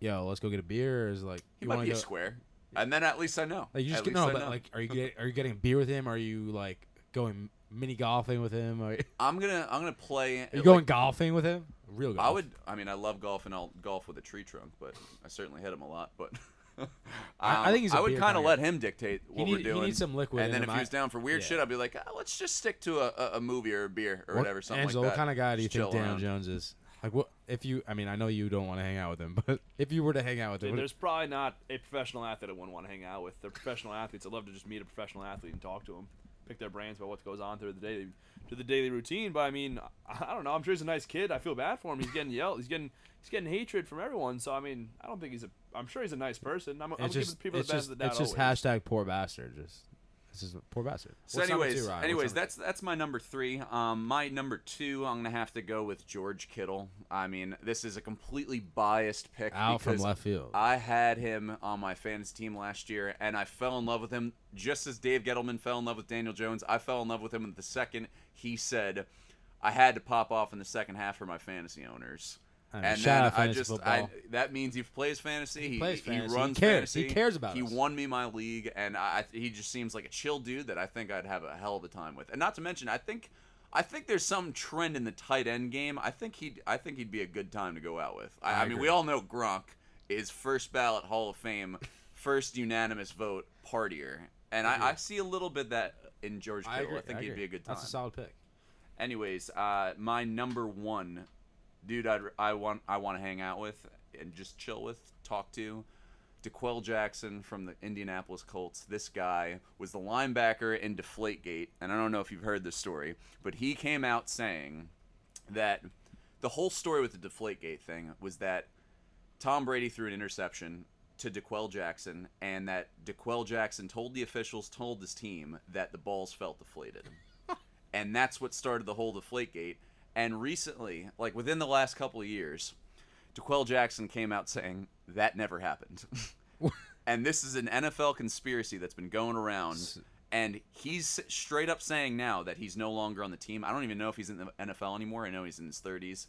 [SPEAKER 3] yo, let's go get a beer? Or is it like
[SPEAKER 2] He
[SPEAKER 3] you
[SPEAKER 2] might
[SPEAKER 3] wanna
[SPEAKER 2] be a
[SPEAKER 3] go-
[SPEAKER 2] square, and then at least I know.
[SPEAKER 3] Like you just
[SPEAKER 2] At
[SPEAKER 3] get,
[SPEAKER 2] least
[SPEAKER 3] no,
[SPEAKER 2] I
[SPEAKER 3] but
[SPEAKER 2] know.
[SPEAKER 3] like, are you get, are you getting beer with him? Are you like going mini golfing with him? Are you,
[SPEAKER 2] I'm gonna I'm gonna play.
[SPEAKER 3] are you
[SPEAKER 2] like,
[SPEAKER 3] going golfing with him? Real golf.
[SPEAKER 2] I would. I mean, I love golf, and I'll golf with a tree trunk, but I certainly hit him a lot. But
[SPEAKER 3] I- I
[SPEAKER 2] um,
[SPEAKER 3] think he's a
[SPEAKER 2] I would
[SPEAKER 3] beer
[SPEAKER 2] kind
[SPEAKER 3] kinda
[SPEAKER 2] of let him dictate what
[SPEAKER 3] need-
[SPEAKER 2] we're
[SPEAKER 3] he
[SPEAKER 2] doing.
[SPEAKER 3] needs some liquid in
[SPEAKER 2] And then
[SPEAKER 3] him.
[SPEAKER 2] if
[SPEAKER 3] I-
[SPEAKER 2] he was down for weird
[SPEAKER 3] yeah.
[SPEAKER 2] shit, I'd be like, ah, let's just stick to a, a, a movie or a beer or
[SPEAKER 3] What-
[SPEAKER 2] whatever, something
[SPEAKER 3] Angela,
[SPEAKER 2] like
[SPEAKER 3] what
[SPEAKER 2] that.
[SPEAKER 3] kind of guy do you
[SPEAKER 2] Just
[SPEAKER 3] think
[SPEAKER 2] chill
[SPEAKER 3] Daniel
[SPEAKER 2] around.
[SPEAKER 3] Jones is? Like, what if you? I mean, I know you don't want to hang out with him, but if you were to hang out with him,
[SPEAKER 4] Dude,
[SPEAKER 3] what-
[SPEAKER 4] there's probably not a professional athlete I wouldn't want to hang out with. They're professional athletes. I'd love to just meet a professional athlete and talk to them, pick their brains about what goes on through the daily, through the daily routine. But I mean, I I don't know. I'm sure he's a nice kid. I feel bad for him. He's getting yelled. He's getting he's getting hatred from everyone. So I mean, I don't think he's a. I'm sure he's a nice person. I'm, I'm
[SPEAKER 3] it's
[SPEAKER 4] giving
[SPEAKER 3] just
[SPEAKER 4] people
[SPEAKER 3] it's
[SPEAKER 4] the
[SPEAKER 3] just
[SPEAKER 4] best of the doubt.
[SPEAKER 3] it's just
[SPEAKER 4] always.
[SPEAKER 3] hashtag poor bastard. Just this is poor bastard.
[SPEAKER 2] So,
[SPEAKER 3] What's number
[SPEAKER 2] anyways,
[SPEAKER 3] two, Ryan? What's
[SPEAKER 2] anyways,
[SPEAKER 3] number
[SPEAKER 2] that's that's my number three. Um, my number two, I'm gonna have to go with George Kittle. I mean, this is a completely biased pick
[SPEAKER 3] two? out from
[SPEAKER 2] because
[SPEAKER 3] left field.
[SPEAKER 2] I had him on my fantasy team last year, and I fell in love with him just as Dave Gettleman fell in love with Daniel Jones. I fell in love with him the second he said I had to pop off in the second half for my fantasy owners.
[SPEAKER 3] I mean,
[SPEAKER 2] and
[SPEAKER 3] shout
[SPEAKER 2] then
[SPEAKER 3] out
[SPEAKER 2] I
[SPEAKER 3] fantasy
[SPEAKER 2] just I,
[SPEAKER 3] football.
[SPEAKER 2] that means he plays fantasy. He,
[SPEAKER 3] plays
[SPEAKER 2] he
[SPEAKER 3] fantasy. He
[SPEAKER 2] runs
[SPEAKER 3] cares. He
[SPEAKER 2] fantasy.
[SPEAKER 3] cares about
[SPEAKER 2] He
[SPEAKER 3] us.
[SPEAKER 2] won me my league, and I he just seems like a chill dude that I think I'd have a hell of a time with. And not to mention, I think. I think there's some trend in the tight end game. I think he'd I think he'd be a good time to go out with. I, I, mean,
[SPEAKER 3] agree.
[SPEAKER 2] we all know Gronk is first ballot Hall of Fame, first unanimous vote partier, and I, I see a little bit that in George Kittle. I, think he'd
[SPEAKER 3] agree.
[SPEAKER 2] be a good time.
[SPEAKER 3] That's a solid pick.
[SPEAKER 2] Anyways, uh, my number one dude I'd, I want I want to hang out with and just chill with, talk to, DeQuell Jackson from the Indianapolis Colts. This guy was the linebacker in Deflategate, and I don't know if you've heard this story, but he came out saying that the whole story with the Deflategate thing was that Tom Brady threw an interception to DeQuell Jackson, and that DeQuell Jackson told the officials, told his team that the balls felt deflated and that's what started the whole deflategate and recently like within the last couple of years DeQuell Jackson came out saying that never happened and this is an NFL conspiracy that's been going around and he's straight up saying now that he's no longer on the team I don't even know if he's in the NFL anymore I know he's in his 30s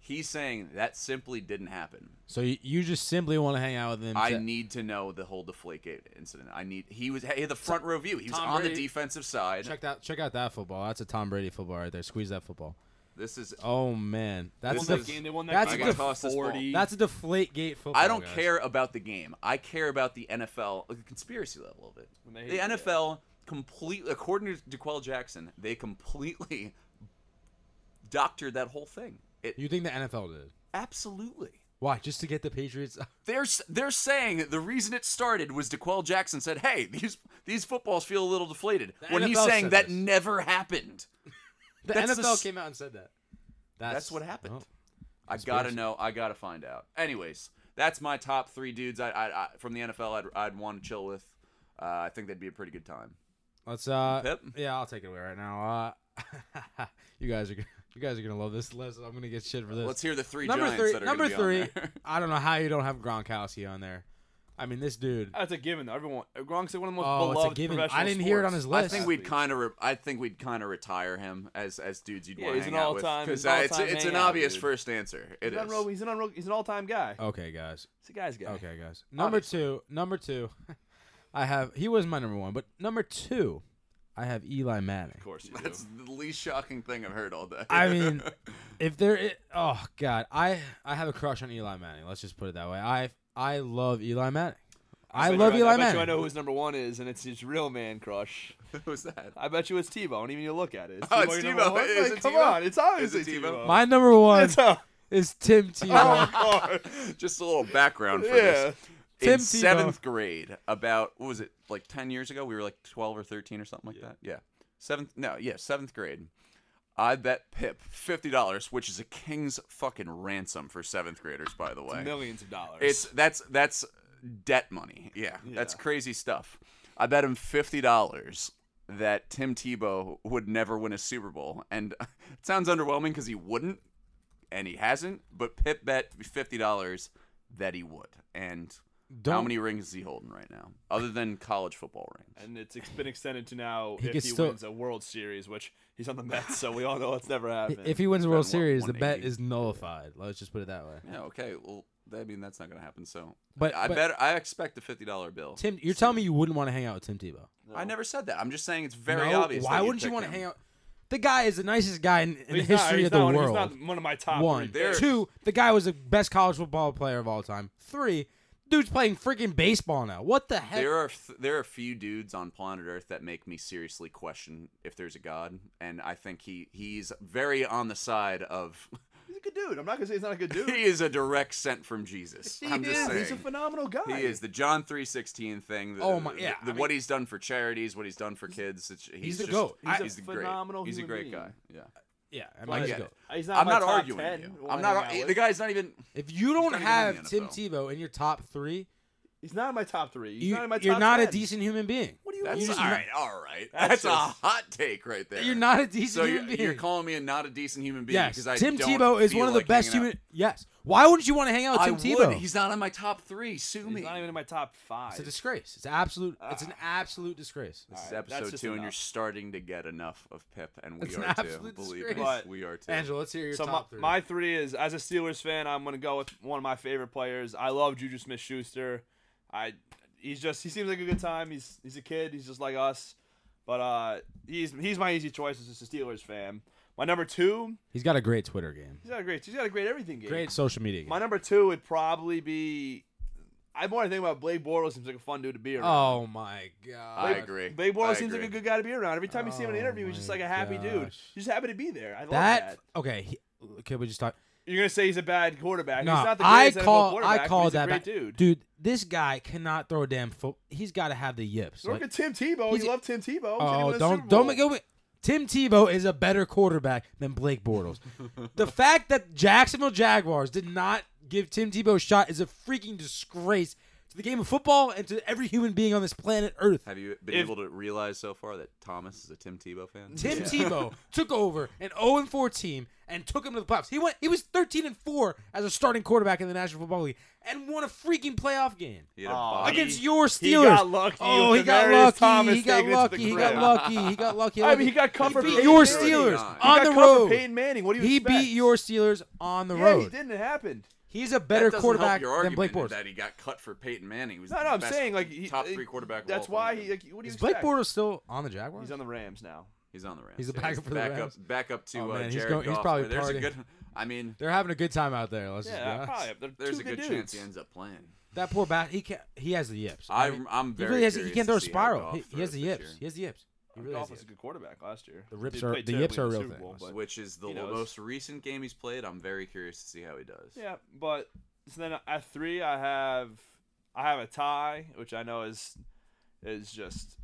[SPEAKER 2] he's saying that simply didn't happen
[SPEAKER 3] So you, you just simply want to hang out with him.
[SPEAKER 2] I
[SPEAKER 3] to-
[SPEAKER 2] need to know the whole deflategate incident I need he was he had the front row view he was
[SPEAKER 3] Tom
[SPEAKER 2] on the
[SPEAKER 3] Brady-
[SPEAKER 2] defensive side
[SPEAKER 3] check that check out that football. That's a Tom Brady football right there. Squeeze that football.
[SPEAKER 2] this is
[SPEAKER 3] Oh man, that's
[SPEAKER 2] This
[SPEAKER 3] a
[SPEAKER 2] is-
[SPEAKER 4] That game, they won that
[SPEAKER 3] that's
[SPEAKER 2] I
[SPEAKER 3] a
[SPEAKER 4] game
[SPEAKER 2] gotta
[SPEAKER 4] by
[SPEAKER 2] toss this ball.
[SPEAKER 4] 40.
[SPEAKER 3] that's a deflate gate football.
[SPEAKER 2] I don't
[SPEAKER 3] guys.
[SPEAKER 2] care about the game. I care about the NFL, the conspiracy level of it.
[SPEAKER 4] When they hate
[SPEAKER 2] The
[SPEAKER 4] you, yeah.
[SPEAKER 2] NFL completely, according to DeQuell Jackson, they completely doctored that whole thing. It
[SPEAKER 3] You think the NFL did?
[SPEAKER 2] absolutely.
[SPEAKER 3] Why? Just to get the Patriots?
[SPEAKER 2] They're s- they're saying the reason it started was DeQuell Jackson said, "Hey, these these footballs feel a little deflated."
[SPEAKER 3] The
[SPEAKER 2] when he's
[SPEAKER 3] NFL
[SPEAKER 2] saying
[SPEAKER 3] said
[SPEAKER 2] that
[SPEAKER 3] this.
[SPEAKER 2] never happened.
[SPEAKER 3] The
[SPEAKER 2] That's
[SPEAKER 3] NFL
[SPEAKER 2] the s-
[SPEAKER 3] came out and said that.
[SPEAKER 2] That's what happened.
[SPEAKER 3] Oh.
[SPEAKER 2] I gotta know. I gotta find out. Anyways, that's my top three dudes I, I, I from the NFL. I'd I'd want to chill with. Uh, I think that'd be a pretty good time.
[SPEAKER 3] Let's uh
[SPEAKER 2] Pip?
[SPEAKER 3] yeah, I'll take it away right now. Uh you guys are gonna you guys are gonna love this list. I'm gonna get shit for this.
[SPEAKER 2] Let's hear the three
[SPEAKER 3] number
[SPEAKER 2] giants
[SPEAKER 3] three
[SPEAKER 2] that are
[SPEAKER 3] number
[SPEAKER 2] gonna be
[SPEAKER 3] three.
[SPEAKER 2] on there.
[SPEAKER 3] I don't know how you don't have Gronkowski on there. I mean, this dude.
[SPEAKER 4] That's a given. Though. Everyone Gronk's one of the most
[SPEAKER 3] Oh, it's a
[SPEAKER 4] beloved
[SPEAKER 3] given.
[SPEAKER 4] professional
[SPEAKER 3] I didn't hear it on
[SPEAKER 4] sports.
[SPEAKER 3] his list.
[SPEAKER 2] I think we'd kind of, re- I think we'd kind of retire him as as dudes you'd
[SPEAKER 4] Yeah,
[SPEAKER 2] want to
[SPEAKER 4] he's
[SPEAKER 2] hang
[SPEAKER 4] an
[SPEAKER 2] out with
[SPEAKER 4] all-time-
[SPEAKER 2] because
[SPEAKER 4] he's an
[SPEAKER 2] it's
[SPEAKER 4] all-time
[SPEAKER 2] it's an
[SPEAKER 4] hangout,
[SPEAKER 2] obvious
[SPEAKER 4] dude.
[SPEAKER 2] first answer. It
[SPEAKER 4] He's, on
[SPEAKER 2] is.
[SPEAKER 4] road, he's, an on road, he's an all-time guy.
[SPEAKER 3] Okay, guys.
[SPEAKER 4] He's a guy's guy.
[SPEAKER 3] Okay, guys. Number
[SPEAKER 4] Obviously.
[SPEAKER 3] two. Number two. I have. He was my number one, but number two, I have Eli Manning.
[SPEAKER 4] Of course you
[SPEAKER 2] That's
[SPEAKER 4] do.
[SPEAKER 2] the least shocking thing I've heard all day.
[SPEAKER 3] I mean, if there, i oh god, I I have a crush on Eli Manning. Let's just put it that way. I I love Eli Manning. I,
[SPEAKER 4] bet
[SPEAKER 3] love
[SPEAKER 4] you,
[SPEAKER 3] Eli
[SPEAKER 4] I bet
[SPEAKER 3] Manning.
[SPEAKER 4] you I know who his number one is, and it's his real man crush.
[SPEAKER 2] who's that?
[SPEAKER 4] I bet you it's Tebow. Don't even need to look at it. It's
[SPEAKER 2] Oh,
[SPEAKER 4] Tebow.
[SPEAKER 2] it's
[SPEAKER 4] your number
[SPEAKER 2] Tebow.
[SPEAKER 4] one?
[SPEAKER 2] Is
[SPEAKER 4] Like,
[SPEAKER 2] it
[SPEAKER 4] come
[SPEAKER 2] Tebow?
[SPEAKER 4] on, it's obviously
[SPEAKER 2] Is it Tebow?
[SPEAKER 4] Tebow.
[SPEAKER 3] my number one
[SPEAKER 4] It's a-
[SPEAKER 3] is Tim Tebow.
[SPEAKER 2] Just a little background for
[SPEAKER 4] yeah.
[SPEAKER 2] this.
[SPEAKER 3] Tim
[SPEAKER 2] in
[SPEAKER 3] Tebow.
[SPEAKER 2] seventh grade, about what was it like ten years ago? We were like twelve or thirteen or something like that. Yeah, seventh. No, yeah, seventh grade. I bet Pip fifty dollars, which is a king's fucking ransom for seventh graders, by the way.
[SPEAKER 4] Millions of dollars.
[SPEAKER 2] It's that's that's debt money. Yeah, that's crazy stuff. I bet him fifty dollars that Tim Tebow would never win a Super Bowl, and it sounds underwhelming because he wouldn't, and he hasn't. But Pip bet fifty dollars that he would, and how
[SPEAKER 3] Don't-
[SPEAKER 2] many rings is he holding right now, other than college football rings?
[SPEAKER 4] and it's ex- been extended to now
[SPEAKER 3] He
[SPEAKER 4] if he
[SPEAKER 3] could still-
[SPEAKER 4] wins a World Series, which he's on the Mets, so we all know it's never happened.
[SPEAKER 3] if he wins the World
[SPEAKER 2] what,
[SPEAKER 3] Series, the bet
[SPEAKER 2] 180?
[SPEAKER 3] is nullified. Let's just put it that way.
[SPEAKER 2] Yeah, okay. Well, I mean that's not gonna happen. So,
[SPEAKER 3] But-
[SPEAKER 2] I
[SPEAKER 3] but-
[SPEAKER 2] bet I expect a fifty dollar bill.
[SPEAKER 3] Tim, you're telling me you wouldn't want to hang out with Tim Tebow?
[SPEAKER 2] I never said that. I'm just saying it's very
[SPEAKER 3] No?
[SPEAKER 2] obvious.
[SPEAKER 3] Why wouldn't you want to hang out? The guy is the nicest guy in, in the
[SPEAKER 4] He's not-
[SPEAKER 3] history
[SPEAKER 4] he's
[SPEAKER 3] of the
[SPEAKER 4] not one-
[SPEAKER 3] world.
[SPEAKER 4] He's not one of my top
[SPEAKER 3] One,
[SPEAKER 4] three. picks.
[SPEAKER 3] two. The guy was the best college football player of all time. Three, dude's playing freaking baseball now. What the heck?
[SPEAKER 2] There are th- there are few dudes on planet Earth that make me seriously question if there's a god, and I think he he's very on the side of
[SPEAKER 4] He's a good dude. I'm not gonna say he's not a good dude.
[SPEAKER 2] he is a direct sent from Jesus. I'm
[SPEAKER 4] is.
[SPEAKER 2] just saying.
[SPEAKER 4] He's a phenomenal guy.
[SPEAKER 2] he is the John three sixteen thing. The,
[SPEAKER 3] Oh my- yeah,
[SPEAKER 2] The,
[SPEAKER 3] I
[SPEAKER 2] what he's done for charities, what he's done for kids. It's, he's,
[SPEAKER 3] the
[SPEAKER 2] just,
[SPEAKER 3] goat.
[SPEAKER 2] He's,
[SPEAKER 4] I-
[SPEAKER 2] a
[SPEAKER 4] He's a
[SPEAKER 2] great,
[SPEAKER 4] phenomenal
[SPEAKER 2] He's a
[SPEAKER 4] human
[SPEAKER 2] great
[SPEAKER 4] being.
[SPEAKER 2] guy. Yeah.
[SPEAKER 3] yeah, I mean,
[SPEAKER 2] I
[SPEAKER 3] let's
[SPEAKER 2] get
[SPEAKER 3] go.
[SPEAKER 2] it.
[SPEAKER 4] He's not
[SPEAKER 2] I'm
[SPEAKER 4] my
[SPEAKER 2] not
[SPEAKER 4] top
[SPEAKER 2] arguing
[SPEAKER 4] 10
[SPEAKER 2] with you.
[SPEAKER 4] when
[SPEAKER 2] I'm
[SPEAKER 4] I
[SPEAKER 2] not.
[SPEAKER 4] hang out
[SPEAKER 2] The
[SPEAKER 4] with.
[SPEAKER 2] guy's not even.
[SPEAKER 3] If you don't
[SPEAKER 2] not even in
[SPEAKER 3] have
[SPEAKER 2] the
[SPEAKER 3] Tim
[SPEAKER 2] NFL.
[SPEAKER 3] Tebow in your top three,
[SPEAKER 4] He's not in my top three. He's
[SPEAKER 3] you,
[SPEAKER 4] not in my top
[SPEAKER 3] are not
[SPEAKER 4] 10.
[SPEAKER 3] a decent human being.
[SPEAKER 4] What do you
[SPEAKER 2] That's
[SPEAKER 4] mean?
[SPEAKER 2] all right. All right. That's,
[SPEAKER 4] That's
[SPEAKER 2] a
[SPEAKER 4] just-
[SPEAKER 2] hot take right there.
[SPEAKER 3] You're not a decent
[SPEAKER 2] So
[SPEAKER 3] human
[SPEAKER 2] you're,
[SPEAKER 3] being.
[SPEAKER 2] you're calling me a not a decent human being
[SPEAKER 3] yes,
[SPEAKER 2] because I
[SPEAKER 3] Tim
[SPEAKER 2] don't
[SPEAKER 3] Tebow is
[SPEAKER 2] feel
[SPEAKER 3] one of the
[SPEAKER 2] like
[SPEAKER 3] best
[SPEAKER 2] hanging out.
[SPEAKER 3] human. Yes. Why wouldn't you want to hang out
[SPEAKER 2] I
[SPEAKER 3] with Tim Tebow?
[SPEAKER 2] would. He's not on my top three. Sue me.
[SPEAKER 4] He's not even in my top five.
[SPEAKER 3] it's a disgrace. It's absolute. it's an
[SPEAKER 2] Ah.
[SPEAKER 3] absolute disgrace.
[SPEAKER 2] this is
[SPEAKER 4] All right, that's
[SPEAKER 2] episode
[SPEAKER 4] just
[SPEAKER 2] two, and
[SPEAKER 4] enough.
[SPEAKER 2] you're starting to get enough of Pip, and we
[SPEAKER 3] It's an
[SPEAKER 2] are too.
[SPEAKER 3] absolute
[SPEAKER 2] Believe
[SPEAKER 3] disgrace.
[SPEAKER 2] me,
[SPEAKER 4] But-
[SPEAKER 2] we are too.
[SPEAKER 3] Angela, let's hear your
[SPEAKER 4] so my,
[SPEAKER 3] top three.
[SPEAKER 4] my three is as a Steelers fan, I'm gonna go with one of my favorite players. I love Juju Smith Schuster. I he's just he seems like a good time. He's he's a kid. He's just like us. But uh, he's he's my easy choice as a Steelers fan. My number two,
[SPEAKER 3] he's got a great Twitter game.
[SPEAKER 4] he's got a great he's got a great everything game.
[SPEAKER 3] Great social media game.
[SPEAKER 4] My number two would probably be. I more think about Blake Bortles. Seems like a fun dude to be around.
[SPEAKER 3] Oh my god.
[SPEAKER 2] I agree.
[SPEAKER 4] Blake Bortles
[SPEAKER 2] I
[SPEAKER 4] seems like a
[SPEAKER 2] agree.
[SPEAKER 4] good guy to be around. Every time you see him in an
[SPEAKER 3] Oh
[SPEAKER 4] interview, he's just
[SPEAKER 3] my
[SPEAKER 4] like a happy dude.
[SPEAKER 3] gosh.
[SPEAKER 4] He's just happy to be there. I love that.
[SPEAKER 3] That okay. He, can we just talk?
[SPEAKER 4] You're gonna say he's a bad quarterback.
[SPEAKER 3] No,
[SPEAKER 4] he's not the
[SPEAKER 3] I
[SPEAKER 4] greatest NFL
[SPEAKER 3] call
[SPEAKER 4] quarterback,
[SPEAKER 3] I
[SPEAKER 4] but
[SPEAKER 3] call
[SPEAKER 4] he's a
[SPEAKER 3] that
[SPEAKER 4] great
[SPEAKER 3] ba-
[SPEAKER 4] dude.
[SPEAKER 3] dude. This guy cannot throw a damn foot. He's got to have the yips.
[SPEAKER 4] Look
[SPEAKER 3] Like,
[SPEAKER 4] at Tim Tebow.
[SPEAKER 3] he's-
[SPEAKER 4] You love Tim Tebow.
[SPEAKER 3] oh, don't don't make it. Tim Tebow is a better quarterback than Blake Bortles. the fact that Jacksonville Jaguars did not give Tim Tebow a shot is a freaking disgrace to the game of football and to every human being on this planet Earth.
[SPEAKER 2] Have you been
[SPEAKER 4] If-
[SPEAKER 2] able to realize so far that Thomas is a Tim Tebow fan?
[SPEAKER 3] Tim Tebow took over an 0 4 team and took him to the playoffs. He went. He was 13 and 4 as a starting quarterback in the National Football League and won a freaking playoff game
[SPEAKER 2] He had a
[SPEAKER 4] Aw.
[SPEAKER 2] body-
[SPEAKER 3] against your Steelers.
[SPEAKER 4] he got lucky
[SPEAKER 3] Oh,
[SPEAKER 4] with
[SPEAKER 3] he got
[SPEAKER 4] Demarius
[SPEAKER 3] lucky.
[SPEAKER 4] Thomas
[SPEAKER 3] he got
[SPEAKER 4] taking it to the
[SPEAKER 3] lucky. He got
[SPEAKER 4] crib.
[SPEAKER 3] lucky. He got lucky.
[SPEAKER 4] I mean, he got covered.
[SPEAKER 3] He
[SPEAKER 4] for
[SPEAKER 3] beat
[SPEAKER 4] Peyton
[SPEAKER 3] your
[SPEAKER 4] Manning.
[SPEAKER 3] Steelers
[SPEAKER 2] He
[SPEAKER 3] on
[SPEAKER 4] got
[SPEAKER 3] the
[SPEAKER 4] covered for
[SPEAKER 3] road.
[SPEAKER 4] Peyton Manning. What do you
[SPEAKER 3] He
[SPEAKER 4] expect?
[SPEAKER 3] beat your Steelers on the
[SPEAKER 4] Yeah,
[SPEAKER 3] road.
[SPEAKER 4] he didn't. It happened.
[SPEAKER 3] He's a
[SPEAKER 2] That
[SPEAKER 3] better
[SPEAKER 2] doesn't
[SPEAKER 3] quarterback
[SPEAKER 2] help your
[SPEAKER 3] than
[SPEAKER 2] argument
[SPEAKER 3] Blake Bortles.
[SPEAKER 2] that he got cut for Peyton Manning. He was
[SPEAKER 4] No,
[SPEAKER 2] the
[SPEAKER 4] no, I'm
[SPEAKER 2] best
[SPEAKER 4] saying like he,
[SPEAKER 2] top
[SPEAKER 4] he-
[SPEAKER 2] three quarterback. of
[SPEAKER 4] That's
[SPEAKER 2] all
[SPEAKER 4] why
[SPEAKER 2] time.
[SPEAKER 4] he. Like, what do you
[SPEAKER 3] Is Blake
[SPEAKER 4] expect?
[SPEAKER 3] Bortles still on the Jaguars?
[SPEAKER 4] He's on the Rams now.
[SPEAKER 2] he's on the Rams.
[SPEAKER 3] He's a
[SPEAKER 2] yeah.
[SPEAKER 3] backup for the
[SPEAKER 2] back
[SPEAKER 3] Rams.
[SPEAKER 2] Up, back up to
[SPEAKER 3] Oh,
[SPEAKER 2] uh,
[SPEAKER 3] man,
[SPEAKER 2] Jared
[SPEAKER 3] he's going- he's
[SPEAKER 2] Goff.
[SPEAKER 3] probably
[SPEAKER 2] but there's a
[SPEAKER 3] partying.
[SPEAKER 2] good. I mean,
[SPEAKER 3] They're having a good time out there. Let's just be
[SPEAKER 4] Yeah,
[SPEAKER 3] honest.
[SPEAKER 4] probably. They're
[SPEAKER 2] there's
[SPEAKER 4] two
[SPEAKER 2] a good
[SPEAKER 4] dudes.
[SPEAKER 2] chance he ends up playing.
[SPEAKER 3] That poor bat. He can He has the yips.
[SPEAKER 2] I,
[SPEAKER 3] mean,
[SPEAKER 2] I'm
[SPEAKER 3] he
[SPEAKER 2] very.
[SPEAKER 3] really has. He
[SPEAKER 2] curious
[SPEAKER 3] can't
[SPEAKER 2] to
[SPEAKER 3] throw a
[SPEAKER 2] see how
[SPEAKER 3] spiral.
[SPEAKER 2] Goff
[SPEAKER 3] He, he
[SPEAKER 2] throws
[SPEAKER 3] has the
[SPEAKER 2] this
[SPEAKER 3] yips.
[SPEAKER 2] year.
[SPEAKER 3] He has the yips. He really has
[SPEAKER 4] Goff
[SPEAKER 3] the
[SPEAKER 4] was a
[SPEAKER 3] yips.
[SPEAKER 4] good quarterback last year.
[SPEAKER 3] The rips
[SPEAKER 4] He
[SPEAKER 3] are-
[SPEAKER 4] played
[SPEAKER 3] the yips
[SPEAKER 4] terribly in
[SPEAKER 3] are a
[SPEAKER 4] the
[SPEAKER 3] real
[SPEAKER 4] Super Bowl,
[SPEAKER 3] thing.
[SPEAKER 4] but-
[SPEAKER 2] which is the
[SPEAKER 4] he knows.
[SPEAKER 2] most recent game he's played. I'm very curious to see how he does.
[SPEAKER 4] Yeah, but so then at three, I have I have a tie, which I know is is just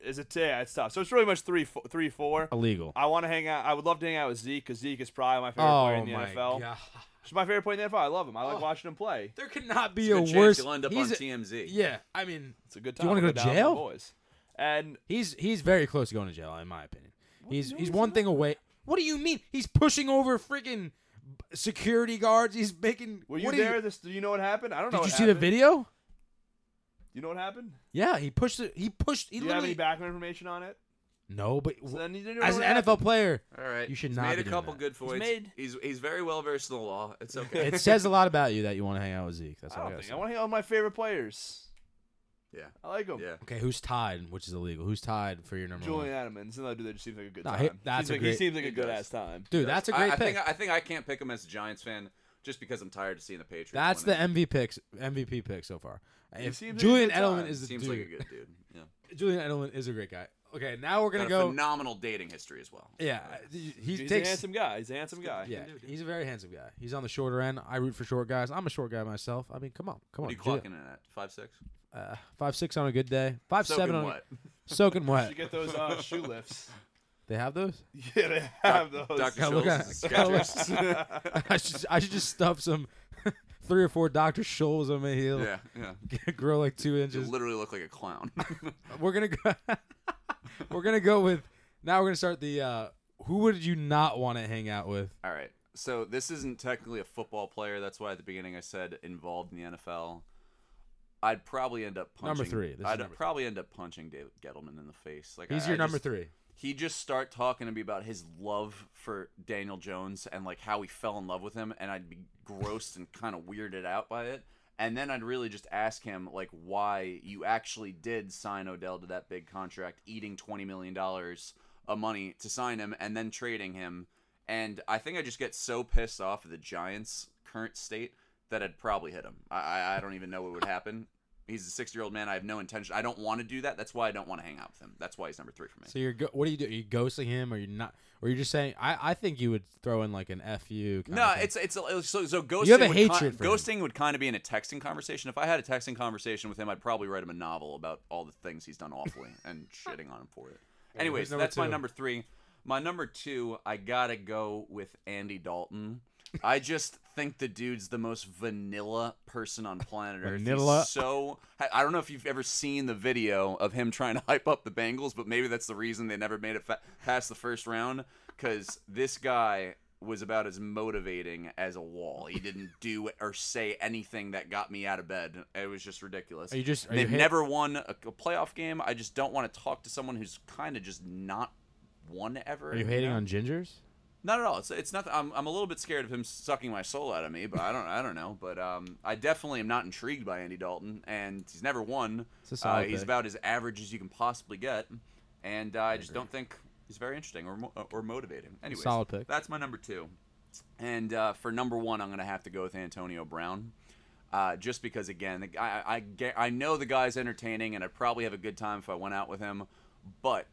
[SPEAKER 4] is a tie. It's tough. So it's really much three, fo- three, four.
[SPEAKER 3] Illegal.
[SPEAKER 4] I want to hang out. I would love to hang out with Zeke because Zeke is probably my favorite player
[SPEAKER 3] Oh
[SPEAKER 4] in the
[SPEAKER 3] my
[SPEAKER 4] NFL.
[SPEAKER 3] god.
[SPEAKER 4] He's my favorite player in the NFL. I love him. I like
[SPEAKER 3] Oh.
[SPEAKER 4] watching him play.
[SPEAKER 3] There could not be
[SPEAKER 2] Good
[SPEAKER 3] a
[SPEAKER 2] chance
[SPEAKER 3] worse.
[SPEAKER 2] he'll end up on
[SPEAKER 3] he's a-
[SPEAKER 2] TMZ.
[SPEAKER 3] Yeah, I mean,
[SPEAKER 4] It's a good
[SPEAKER 3] Do
[SPEAKER 4] time.
[SPEAKER 3] you wanna
[SPEAKER 4] I'm
[SPEAKER 3] go to
[SPEAKER 4] down with
[SPEAKER 3] jail?
[SPEAKER 4] my Boys. And
[SPEAKER 3] He's he's very close to going to jail, in my opinion. He's
[SPEAKER 4] no,
[SPEAKER 3] he's
[SPEAKER 4] he's
[SPEAKER 3] one
[SPEAKER 4] not.
[SPEAKER 3] thing away. What do you mean? He's pushing over freaking b- security guards. He's making.
[SPEAKER 4] were you
[SPEAKER 3] what do
[SPEAKER 4] there? This do you know what happened? I don't know.
[SPEAKER 3] did
[SPEAKER 4] what
[SPEAKER 3] you see the
[SPEAKER 4] happened.
[SPEAKER 3] video?
[SPEAKER 4] You know what happened?
[SPEAKER 3] Yeah, he pushed it. He pushed. He
[SPEAKER 4] Do you have
[SPEAKER 3] literally.
[SPEAKER 4] any background information on it?
[SPEAKER 3] no, but
[SPEAKER 4] So then you didn't know
[SPEAKER 3] as an
[SPEAKER 4] what
[SPEAKER 3] NFL
[SPEAKER 4] happened.
[SPEAKER 3] player,
[SPEAKER 2] All right.
[SPEAKER 3] You should
[SPEAKER 2] he's
[SPEAKER 3] not
[SPEAKER 2] made
[SPEAKER 3] be
[SPEAKER 2] a
[SPEAKER 3] doing
[SPEAKER 2] couple
[SPEAKER 3] that.
[SPEAKER 2] good points. He's,
[SPEAKER 4] made-
[SPEAKER 2] he's very well versed in the law. It's okay.
[SPEAKER 3] it says a lot about you that you want to hang out with Zeke. That's
[SPEAKER 4] I
[SPEAKER 3] all I
[SPEAKER 4] don't
[SPEAKER 3] gotta
[SPEAKER 4] think
[SPEAKER 3] say.
[SPEAKER 4] I want to hang out with my favorite players.
[SPEAKER 2] yeah.
[SPEAKER 4] I like them.
[SPEAKER 2] Yeah.
[SPEAKER 3] Okay, who's tied? Which is illegal. Who's tied for your number
[SPEAKER 4] Julian
[SPEAKER 3] one?
[SPEAKER 4] Adams, another dude that just seems like a good
[SPEAKER 3] Nah,
[SPEAKER 4] time.
[SPEAKER 3] he- that's
[SPEAKER 4] Seems
[SPEAKER 3] a
[SPEAKER 4] like-
[SPEAKER 3] great-
[SPEAKER 4] He seems like
[SPEAKER 2] He
[SPEAKER 4] a good
[SPEAKER 2] does.
[SPEAKER 4] ass time.
[SPEAKER 3] Dude, that's a great
[SPEAKER 2] I, I
[SPEAKER 3] pick.
[SPEAKER 2] think I think I can't pick him as a Giants fan just because I'm tired of seeing the Patriots.
[SPEAKER 3] that's the
[SPEAKER 2] winning.
[SPEAKER 3] MVP pick. MVP pick so far. If
[SPEAKER 4] seems like a
[SPEAKER 3] Julian
[SPEAKER 4] good
[SPEAKER 3] Edelman
[SPEAKER 4] time.
[SPEAKER 3] is the
[SPEAKER 2] Seems
[SPEAKER 3] dude.
[SPEAKER 2] like a good dude. Yeah.
[SPEAKER 3] Julian Edelman is a great guy. Okay, now we're gonna
[SPEAKER 2] Got a
[SPEAKER 3] go.
[SPEAKER 2] phenomenal dating history as well.
[SPEAKER 3] yeah, he
[SPEAKER 4] He's
[SPEAKER 3] takes.
[SPEAKER 4] a handsome guy. He's a handsome guy.
[SPEAKER 3] yeah, he's a very handsome guy. He's on the shorter end. I root for short guys. I'm a short guy myself. I mean, come on, come
[SPEAKER 2] What are
[SPEAKER 3] on.
[SPEAKER 2] you
[SPEAKER 3] Julian-
[SPEAKER 2] clocking in at? Five six?
[SPEAKER 3] uh, five six on a good day. Five
[SPEAKER 2] Soaking
[SPEAKER 3] seven on
[SPEAKER 2] wet.
[SPEAKER 3] A, soaking
[SPEAKER 4] You
[SPEAKER 3] wet.
[SPEAKER 4] get those uh, shoe lifts.
[SPEAKER 3] They have those.
[SPEAKER 4] Yeah, they have those.
[SPEAKER 2] Dr.
[SPEAKER 3] Gotta look
[SPEAKER 2] Scholl's
[SPEAKER 3] at-
[SPEAKER 2] Skechers.
[SPEAKER 3] I should I should just stuff some three or four Dr. Scholl's on my heel.
[SPEAKER 2] Yeah, yeah.
[SPEAKER 3] grow like two
[SPEAKER 2] You
[SPEAKER 3] inches.
[SPEAKER 2] literally look like a clown.
[SPEAKER 3] We're gonna go. we're gonna go with. Now we're gonna start the. Uh, who would you not want to hang out with?
[SPEAKER 2] All right. So this isn't technically a football player. That's why at the beginning I said involved in the NFL. I'd probably end up punching.
[SPEAKER 3] Number three. This is
[SPEAKER 2] I'd
[SPEAKER 3] number three.
[SPEAKER 2] probably end up punching David Gettleman in the face. Like
[SPEAKER 3] He's
[SPEAKER 2] I-
[SPEAKER 3] your
[SPEAKER 2] I
[SPEAKER 3] number
[SPEAKER 2] just-
[SPEAKER 3] three.
[SPEAKER 2] He just start talking to me about his love for Daniel Jones and like how he fell in love with him, and I'd be grossed and kind of weirded out by it. And then I'd really just ask him like why you actually did sign Odell to that big contract, eating twenty million dollars of money to sign him, and then trading him. And I think I just get so pissed off at the Giants' current state that I'd probably hit him. I I, I don't even know what would happen. He's a six-year-old man. I have no intention. I don't want to do that. That's why I don't want to hang out with him. That's why he's number three for me.
[SPEAKER 3] So you're go- what do you do? Are you ghosting him, or you're not? Or you're just saying? I, I think you would throw in like an fu. kind
[SPEAKER 2] No,
[SPEAKER 3] of thing.
[SPEAKER 2] it's it's so so ghosting.
[SPEAKER 3] have a
[SPEAKER 2] would kin-
[SPEAKER 3] hatred for him.
[SPEAKER 2] ghosting would kind of be in a texting conversation. If I had a texting conversation with him, I'd probably write him a novel about all the things he's done awfully and shitting on him for it. Anyways,
[SPEAKER 3] who's number
[SPEAKER 2] that's my
[SPEAKER 3] two?
[SPEAKER 2] number three. My number two, I gotta go with Andy Dalton. I just think the dude's the most vanilla person on planet Earth. He's
[SPEAKER 3] Vanilla.
[SPEAKER 2] so I- I don't know if you've ever seen the video of him trying to hype up the Bengals, but maybe that's the reason they never made it fa- past the first round because this guy was about as motivating as a wall. He didn't do or say anything that got me out of bed. It was just ridiculous.
[SPEAKER 3] Are you just- are you
[SPEAKER 2] They've
[SPEAKER 3] hit-
[SPEAKER 2] never won a, a playoff game. I just don't want to talk to someone who's kind of just not won ever.
[SPEAKER 3] Are you hating on gingers?
[SPEAKER 2] Not at all. It's, it's nothing. I'm, I'm a little bit scared of him sucking my soul out of me, but I don't I don't know. But um, I definitely am not intrigued by Andy Dalton, and he's never won.
[SPEAKER 3] It's a solid
[SPEAKER 2] Uh, he's
[SPEAKER 3] pick.
[SPEAKER 2] about as average as you can possibly get, and uh, I just don't think he's very interesting or mo- uh, or motivating. Anyways,
[SPEAKER 3] Solid pick.
[SPEAKER 2] That's my number two, and uh, for number one, I'm gonna have to go with Antonio Brown. Uh, just because, again, the guy, I, I, get- I know the guy's entertaining, and I'd probably have a good time if I went out with him. But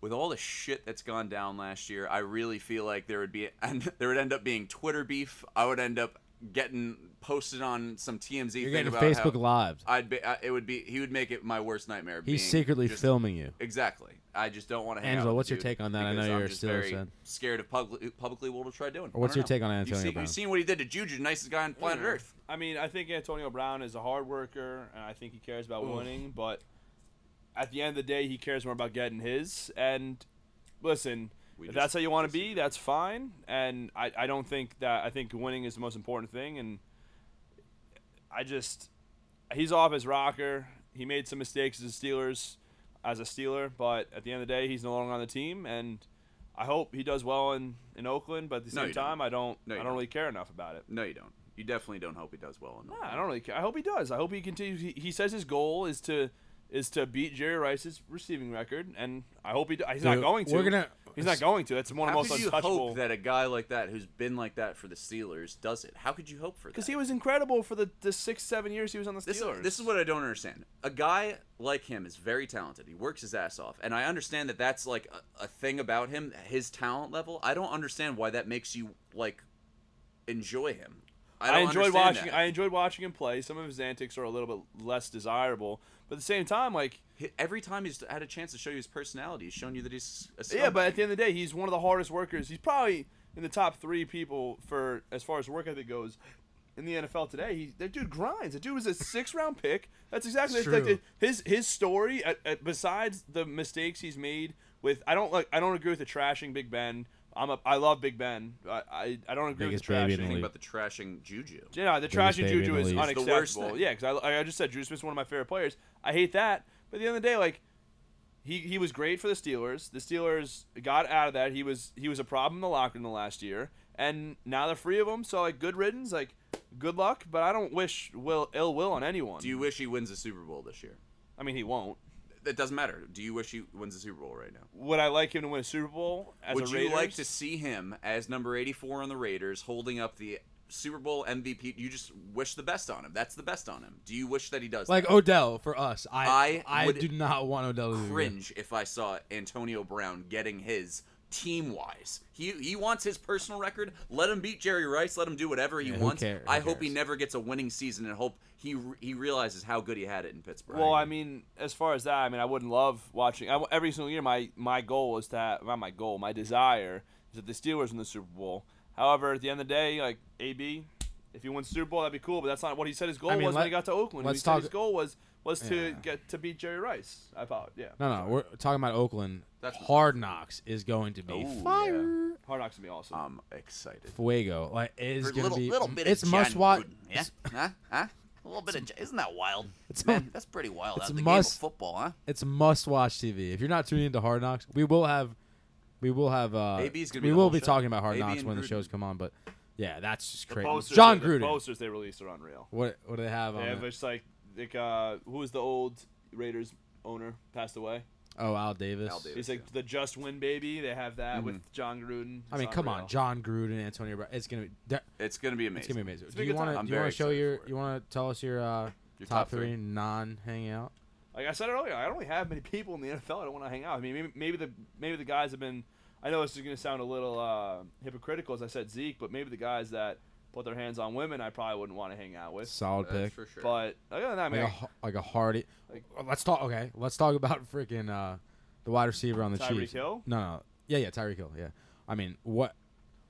[SPEAKER 2] with all the shit that's gone down last year, I really feel like there would be and there would end up being Twitter beef. I would end up getting posted on some TMZ
[SPEAKER 3] You're
[SPEAKER 2] thing
[SPEAKER 3] getting
[SPEAKER 2] about
[SPEAKER 3] Facebook
[SPEAKER 2] how
[SPEAKER 3] Live.
[SPEAKER 2] I'd be I, it would be he would make it my worst nightmare. being
[SPEAKER 3] He's secretly
[SPEAKER 2] just-
[SPEAKER 3] filming you.
[SPEAKER 2] Exactly. I just don't want to. hang out
[SPEAKER 3] Angela,
[SPEAKER 2] with
[SPEAKER 3] what's your
[SPEAKER 2] the
[SPEAKER 3] take
[SPEAKER 2] dude
[SPEAKER 3] on that? I
[SPEAKER 2] because
[SPEAKER 3] know
[SPEAKER 2] I'm
[SPEAKER 3] you're
[SPEAKER 2] just
[SPEAKER 3] still
[SPEAKER 2] very
[SPEAKER 3] upset.
[SPEAKER 2] scared of public, publicly what will try doing.
[SPEAKER 3] What's
[SPEAKER 2] I don't
[SPEAKER 3] your
[SPEAKER 2] know.
[SPEAKER 3] take on
[SPEAKER 2] You've
[SPEAKER 3] Antonio
[SPEAKER 2] seen-
[SPEAKER 3] Brown?
[SPEAKER 2] You've seen what he did to Juju, nicest guy on planet Earth.
[SPEAKER 4] I mean, I think Antonio Brown is a hard worker, and I think he cares about winning. But at the end of the day, he cares more about getting his. And listen,
[SPEAKER 2] We
[SPEAKER 4] if
[SPEAKER 2] just
[SPEAKER 4] that's how you want to be, that's fine. And I, I don't think that I think winning is the most important thing. And I just he's off his rocker. He made some mistakes as a Steelers, as a Steeler, but at the end of the day, he's no longer on the team. And I hope he does well in, in Oakland. But at the
[SPEAKER 2] No,
[SPEAKER 4] same
[SPEAKER 2] you don't.
[SPEAKER 4] time, I don't
[SPEAKER 2] No, you
[SPEAKER 4] I don't
[SPEAKER 2] don't.
[SPEAKER 4] really care enough about it.
[SPEAKER 2] No, you don't. You definitely don't hope he does well. enough.
[SPEAKER 4] Nah, I don't really care. I hope he does. I hope he continues. He, he says his goal is to is to beat Jerry Rice's receiving record, and I hope he. Do- he's not
[SPEAKER 3] Dude,
[SPEAKER 4] going to.
[SPEAKER 3] we're gonna-
[SPEAKER 4] He's not going to. That's one of
[SPEAKER 2] How
[SPEAKER 4] the
[SPEAKER 2] could
[SPEAKER 4] most
[SPEAKER 2] you
[SPEAKER 4] untouchable.
[SPEAKER 2] hope that a guy like that, who's been like that for the Steelers, does it? How could you hope for that?
[SPEAKER 4] Because he was incredible for the, the six seven years he was on the
[SPEAKER 2] This
[SPEAKER 4] Steelers.
[SPEAKER 2] is, this is what I don't understand. A guy like him is very talented. He works his ass off. And I understand that that's like a, a thing about him, his talent level. I don't understand why that makes you like enjoy him. I,
[SPEAKER 4] I,
[SPEAKER 2] don't
[SPEAKER 4] enjoyed
[SPEAKER 2] understand
[SPEAKER 4] watching.
[SPEAKER 2] that.
[SPEAKER 4] I enjoyed watching him play. Some of his antics are a little bit less desirable, but at the same time, like
[SPEAKER 2] He- Every time he's had a chance to show you his personality, he's shown you that he's a
[SPEAKER 4] yeah.
[SPEAKER 2] scumbag.
[SPEAKER 4] But at the end of the day, he's one of the hardest workers. He's probably in the top three people for as far as work ethic goes. In the NFL today, he, that dude grinds. That dude was a six round pick. That's exactly
[SPEAKER 3] It's
[SPEAKER 4] like
[SPEAKER 3] true.
[SPEAKER 4] the- his his story. At, at, besides the mistakes he's made with, I don't like. I don't agree with the trashing Big Ben. I'm a, I love Big Ben. I, I, I don't agree
[SPEAKER 5] Biggest
[SPEAKER 4] with the
[SPEAKER 5] baby in the
[SPEAKER 4] trashing.
[SPEAKER 5] league.
[SPEAKER 2] Think about the trashing Juju.
[SPEAKER 4] Yeah, the
[SPEAKER 5] Biggest
[SPEAKER 4] trash and
[SPEAKER 5] baby in
[SPEAKER 4] Juju
[SPEAKER 5] the
[SPEAKER 4] is
[SPEAKER 5] league. It's
[SPEAKER 2] the worst
[SPEAKER 4] unacceptable.
[SPEAKER 2] thing.
[SPEAKER 4] Yeah, because I, I just said Drew Smith's one of my favorite players. I hate that. But at the end of the day, like he, he was great for the Steelers. The Steelers got out of that. He was he was a problem in the locker room the last year, and now they're free of him. So like good riddance, like good luck. But I don't wish will ill will on anyone.
[SPEAKER 2] Do you wish he wins the Super Bowl this year?
[SPEAKER 4] I mean, he won't.
[SPEAKER 2] It doesn't matter. Do you wish he wins the Super Bowl right now?
[SPEAKER 4] Would I like him to win a Super Bowl as
[SPEAKER 2] Would
[SPEAKER 4] a
[SPEAKER 2] you
[SPEAKER 4] Raiders?
[SPEAKER 2] like to see him as number 84 on the Raiders, holding up the Super Bowl MVP? You just wish the best on him. That's the best on him. Do you wish that he does?
[SPEAKER 3] Like
[SPEAKER 2] that?
[SPEAKER 3] Odell for us. I
[SPEAKER 2] I
[SPEAKER 3] I,
[SPEAKER 2] would
[SPEAKER 3] do not want Odell to do that.
[SPEAKER 2] cringe if I saw Antonio Brown getting his team wise. He he wants his personal record. Let him beat Jerry Rice. Let him do whatever he
[SPEAKER 3] Yeah, who
[SPEAKER 2] wants.
[SPEAKER 3] care- who
[SPEAKER 2] I hope he
[SPEAKER 3] cares?
[SPEAKER 2] never gets a winning season and hope he re- he realizes how good he had it in Pittsburgh.
[SPEAKER 4] Well, I mean, as far as that, I mean, I wouldn't love watching. I, every single year, my my goal is to have, not my goal, my desire is that the Steelers win the Super Bowl. However, at the end of the day, like AB, if he wins the Super Bowl, that'd be cool. But that's not what he said his goal
[SPEAKER 3] I mean,
[SPEAKER 4] was
[SPEAKER 3] let-
[SPEAKER 4] when he got to Oakland.
[SPEAKER 3] let's
[SPEAKER 4] he said
[SPEAKER 3] talk-
[SPEAKER 4] his goal was was to
[SPEAKER 3] Yeah.
[SPEAKER 4] get to beat Jerry Rice. I thought, yeah,
[SPEAKER 3] No, no, we're talking about Oakland.
[SPEAKER 2] That's-
[SPEAKER 3] Hard Knocks is going to be
[SPEAKER 2] Ooh,
[SPEAKER 3] fire.
[SPEAKER 4] Hard Knocks would be awesome.
[SPEAKER 3] Uh,
[SPEAKER 2] I'm excited.
[SPEAKER 3] Fuego, like it is
[SPEAKER 2] For a
[SPEAKER 3] gonna
[SPEAKER 2] little,
[SPEAKER 3] be
[SPEAKER 2] little bit
[SPEAKER 3] it's
[SPEAKER 2] of
[SPEAKER 3] must
[SPEAKER 2] John
[SPEAKER 3] watch.
[SPEAKER 2] Gruden, Yeah, huh? Huh? A little bit of J- isn't that wild?
[SPEAKER 3] It's
[SPEAKER 2] Man,
[SPEAKER 3] a-
[SPEAKER 2] that's pretty
[SPEAKER 3] Um,
[SPEAKER 2] wild.
[SPEAKER 3] it's
[SPEAKER 2] That's
[SPEAKER 3] a
[SPEAKER 2] the game
[SPEAKER 3] must-
[SPEAKER 2] of football, huh?
[SPEAKER 3] It's must watch TV. If you're not tuning into Hard Knocks, we will have we will have uh
[SPEAKER 2] AB 's gonna be
[SPEAKER 3] we
[SPEAKER 2] the
[SPEAKER 3] will
[SPEAKER 2] whole
[SPEAKER 3] be
[SPEAKER 2] show.
[SPEAKER 3] talking about Hard
[SPEAKER 2] AB
[SPEAKER 3] Knocks
[SPEAKER 2] and
[SPEAKER 3] when the
[SPEAKER 2] Gruden.
[SPEAKER 3] shows come on, but yeah, that's just
[SPEAKER 4] The
[SPEAKER 3] crazy.
[SPEAKER 4] posters-
[SPEAKER 3] John
[SPEAKER 4] the
[SPEAKER 3] Gruden. Oh,
[SPEAKER 4] posters they released are unreal.
[SPEAKER 3] What what do they have on
[SPEAKER 4] They have
[SPEAKER 3] it?
[SPEAKER 4] it's like like uh, who was the old Raiders owner passed away?
[SPEAKER 3] Oh, Al Davis.
[SPEAKER 2] Al Davis.
[SPEAKER 4] He's like the Just Win baby. They have that with John Gruden.
[SPEAKER 3] Mm-hmm. I
[SPEAKER 4] It's
[SPEAKER 3] mean, come on,
[SPEAKER 4] unreal.
[SPEAKER 3] John Gruden, Antonio Brown. It's gonna be that-
[SPEAKER 2] It's gonna be amazing.
[SPEAKER 3] it's gonna be amazing.
[SPEAKER 4] It's
[SPEAKER 3] do
[SPEAKER 4] been
[SPEAKER 3] you
[SPEAKER 4] good
[SPEAKER 3] want
[SPEAKER 4] time.
[SPEAKER 3] to
[SPEAKER 2] I'm
[SPEAKER 3] do you want
[SPEAKER 2] very
[SPEAKER 3] to show
[SPEAKER 2] excited
[SPEAKER 3] your
[SPEAKER 2] for it.
[SPEAKER 3] you want to tell us your uh
[SPEAKER 2] Your
[SPEAKER 3] top,
[SPEAKER 2] top
[SPEAKER 3] three,
[SPEAKER 2] three.
[SPEAKER 3] non hangout?
[SPEAKER 4] Like I said earlier, I don't really have many people in the NFL I don't want to hang out. I mean, maybe, maybe the maybe the guys have been. I know this is going to sound a little uh, hypocritical as I said Zeke, but maybe the guys that put their hands on women, I probably wouldn't want to hang out with.
[SPEAKER 3] Solid
[SPEAKER 2] That's
[SPEAKER 3] pick.
[SPEAKER 2] for sure.
[SPEAKER 4] But other than that, I
[SPEAKER 3] like
[SPEAKER 4] mean,
[SPEAKER 3] a h- like a hearty.
[SPEAKER 4] Like-
[SPEAKER 3] let's talk. Okay, let's talk about freaking uh, the wide receiver on the
[SPEAKER 4] Tyreek
[SPEAKER 3] Chiefs.
[SPEAKER 4] Hill?
[SPEAKER 3] No, no, yeah, yeah, Tyreek Hill. Yeah, I mean, what?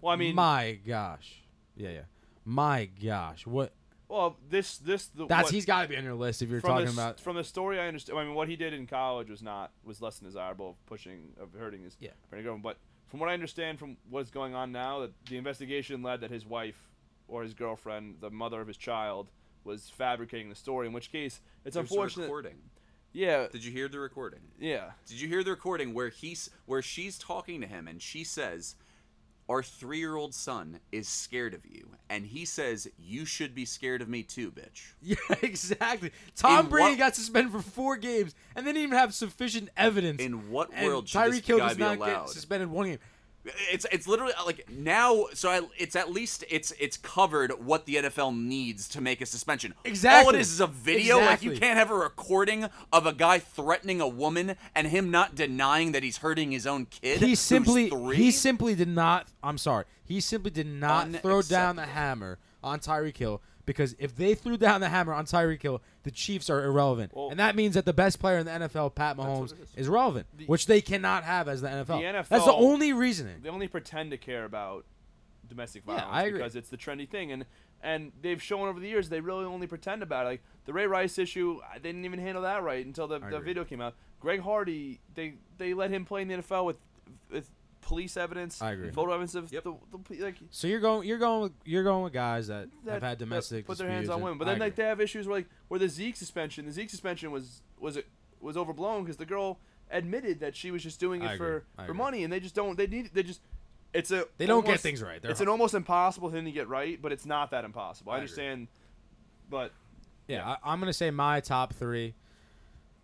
[SPEAKER 4] well, I mean,
[SPEAKER 3] my gosh, yeah, yeah, my gosh, what?
[SPEAKER 4] well, this this the
[SPEAKER 3] That's
[SPEAKER 4] what,
[SPEAKER 3] he's got to be on your list if you're
[SPEAKER 4] from
[SPEAKER 3] talking
[SPEAKER 4] the,
[SPEAKER 3] about.
[SPEAKER 4] from the story I understand. I mean, what he did in college was not was less than desirable, of pushing of hurting his
[SPEAKER 3] Yeah.
[SPEAKER 4] hurting government. But from what I understand, from what's going on now, that the investigation led that his wife or his girlfriend, the mother of his child, was fabricating the story. In which case, it's
[SPEAKER 2] There's a
[SPEAKER 4] unfortunate.
[SPEAKER 2] recording.
[SPEAKER 4] Yeah,
[SPEAKER 2] Did you hear the recording?
[SPEAKER 4] yeah.
[SPEAKER 2] Did you hear the recording where he's where she's talking to him and she says, "Our three-year-old son is scared of you," and he says, "You should be scared of me too, bitch."
[SPEAKER 3] Yeah, exactly. Tom
[SPEAKER 2] In
[SPEAKER 3] Brady
[SPEAKER 2] what-
[SPEAKER 3] got suspended for four games and they didn't even have sufficient evidence.
[SPEAKER 2] In what
[SPEAKER 3] and
[SPEAKER 2] world should
[SPEAKER 3] Tyreek
[SPEAKER 2] this
[SPEAKER 3] Hill
[SPEAKER 2] guy
[SPEAKER 3] does
[SPEAKER 2] be
[SPEAKER 3] not
[SPEAKER 2] allowed?
[SPEAKER 3] get suspended one game?
[SPEAKER 2] It's it's literally uh, like now. So I, it's at least it's it's covered what the NFL needs to make a suspension. All
[SPEAKER 3] Exactly.
[SPEAKER 2] it is is a video. Like
[SPEAKER 3] Exactly.
[SPEAKER 2] you can't have a recording of a guy threatening a woman and him not denying that he's hurting his own kid.
[SPEAKER 3] he
[SPEAKER 2] who's
[SPEAKER 3] simply
[SPEAKER 2] three?
[SPEAKER 3] he simply did not I'm sorry. He simply did not throw down the
[SPEAKER 2] Unacceptable.
[SPEAKER 3] hammer on Tyreek Hill because if they threw down the hammer on Tyreek Hill, the Chiefs are irrelevant.
[SPEAKER 4] Well-
[SPEAKER 3] and that means that the best player in the NFL, Pat Mahomes, is. relevant, which they cannot have as the NFL.
[SPEAKER 4] The
[SPEAKER 3] That's the
[SPEAKER 4] NFL
[SPEAKER 3] only reasoning.
[SPEAKER 4] They only pretend to care about domestic
[SPEAKER 3] Yeah,
[SPEAKER 4] violence
[SPEAKER 3] I agree.
[SPEAKER 4] because it's the trendy thing, and and they've shown over the years they really only pretend about it. Like the Ray Rice issue, I- they didn't even handle that right until the, the
[SPEAKER 3] agree.
[SPEAKER 4] video came out. Greg Hardy, they they let him play in the NFL with with police evidence,
[SPEAKER 3] I agree.
[SPEAKER 4] photo evidence of
[SPEAKER 2] Yep.
[SPEAKER 4] the, the pe- like.
[SPEAKER 3] So you're going you're going with, you're going with guys that, have
[SPEAKER 4] that-
[SPEAKER 3] had
[SPEAKER 4] that
[SPEAKER 3] domestic
[SPEAKER 4] put their hands
[SPEAKER 3] disputes
[SPEAKER 4] on
[SPEAKER 3] and-
[SPEAKER 4] women. But
[SPEAKER 3] I
[SPEAKER 4] then like
[SPEAKER 3] agree.
[SPEAKER 4] they have issues where like where the Zeke suspension, the Zeke suspension was was it was overblown because the girl admitted that she was just doing
[SPEAKER 3] I
[SPEAKER 4] it
[SPEAKER 3] agree.
[SPEAKER 4] for
[SPEAKER 3] I
[SPEAKER 4] for
[SPEAKER 3] agree.
[SPEAKER 4] money, and they just don't they need they just it's a
[SPEAKER 3] They don't get
[SPEAKER 4] almost-
[SPEAKER 3] things right. They're
[SPEAKER 4] It's an almost impossible thing to get right, but it's not that impossible. I,
[SPEAKER 3] agree.
[SPEAKER 4] understand, but
[SPEAKER 3] Yeah, I, I'm gonna say my top three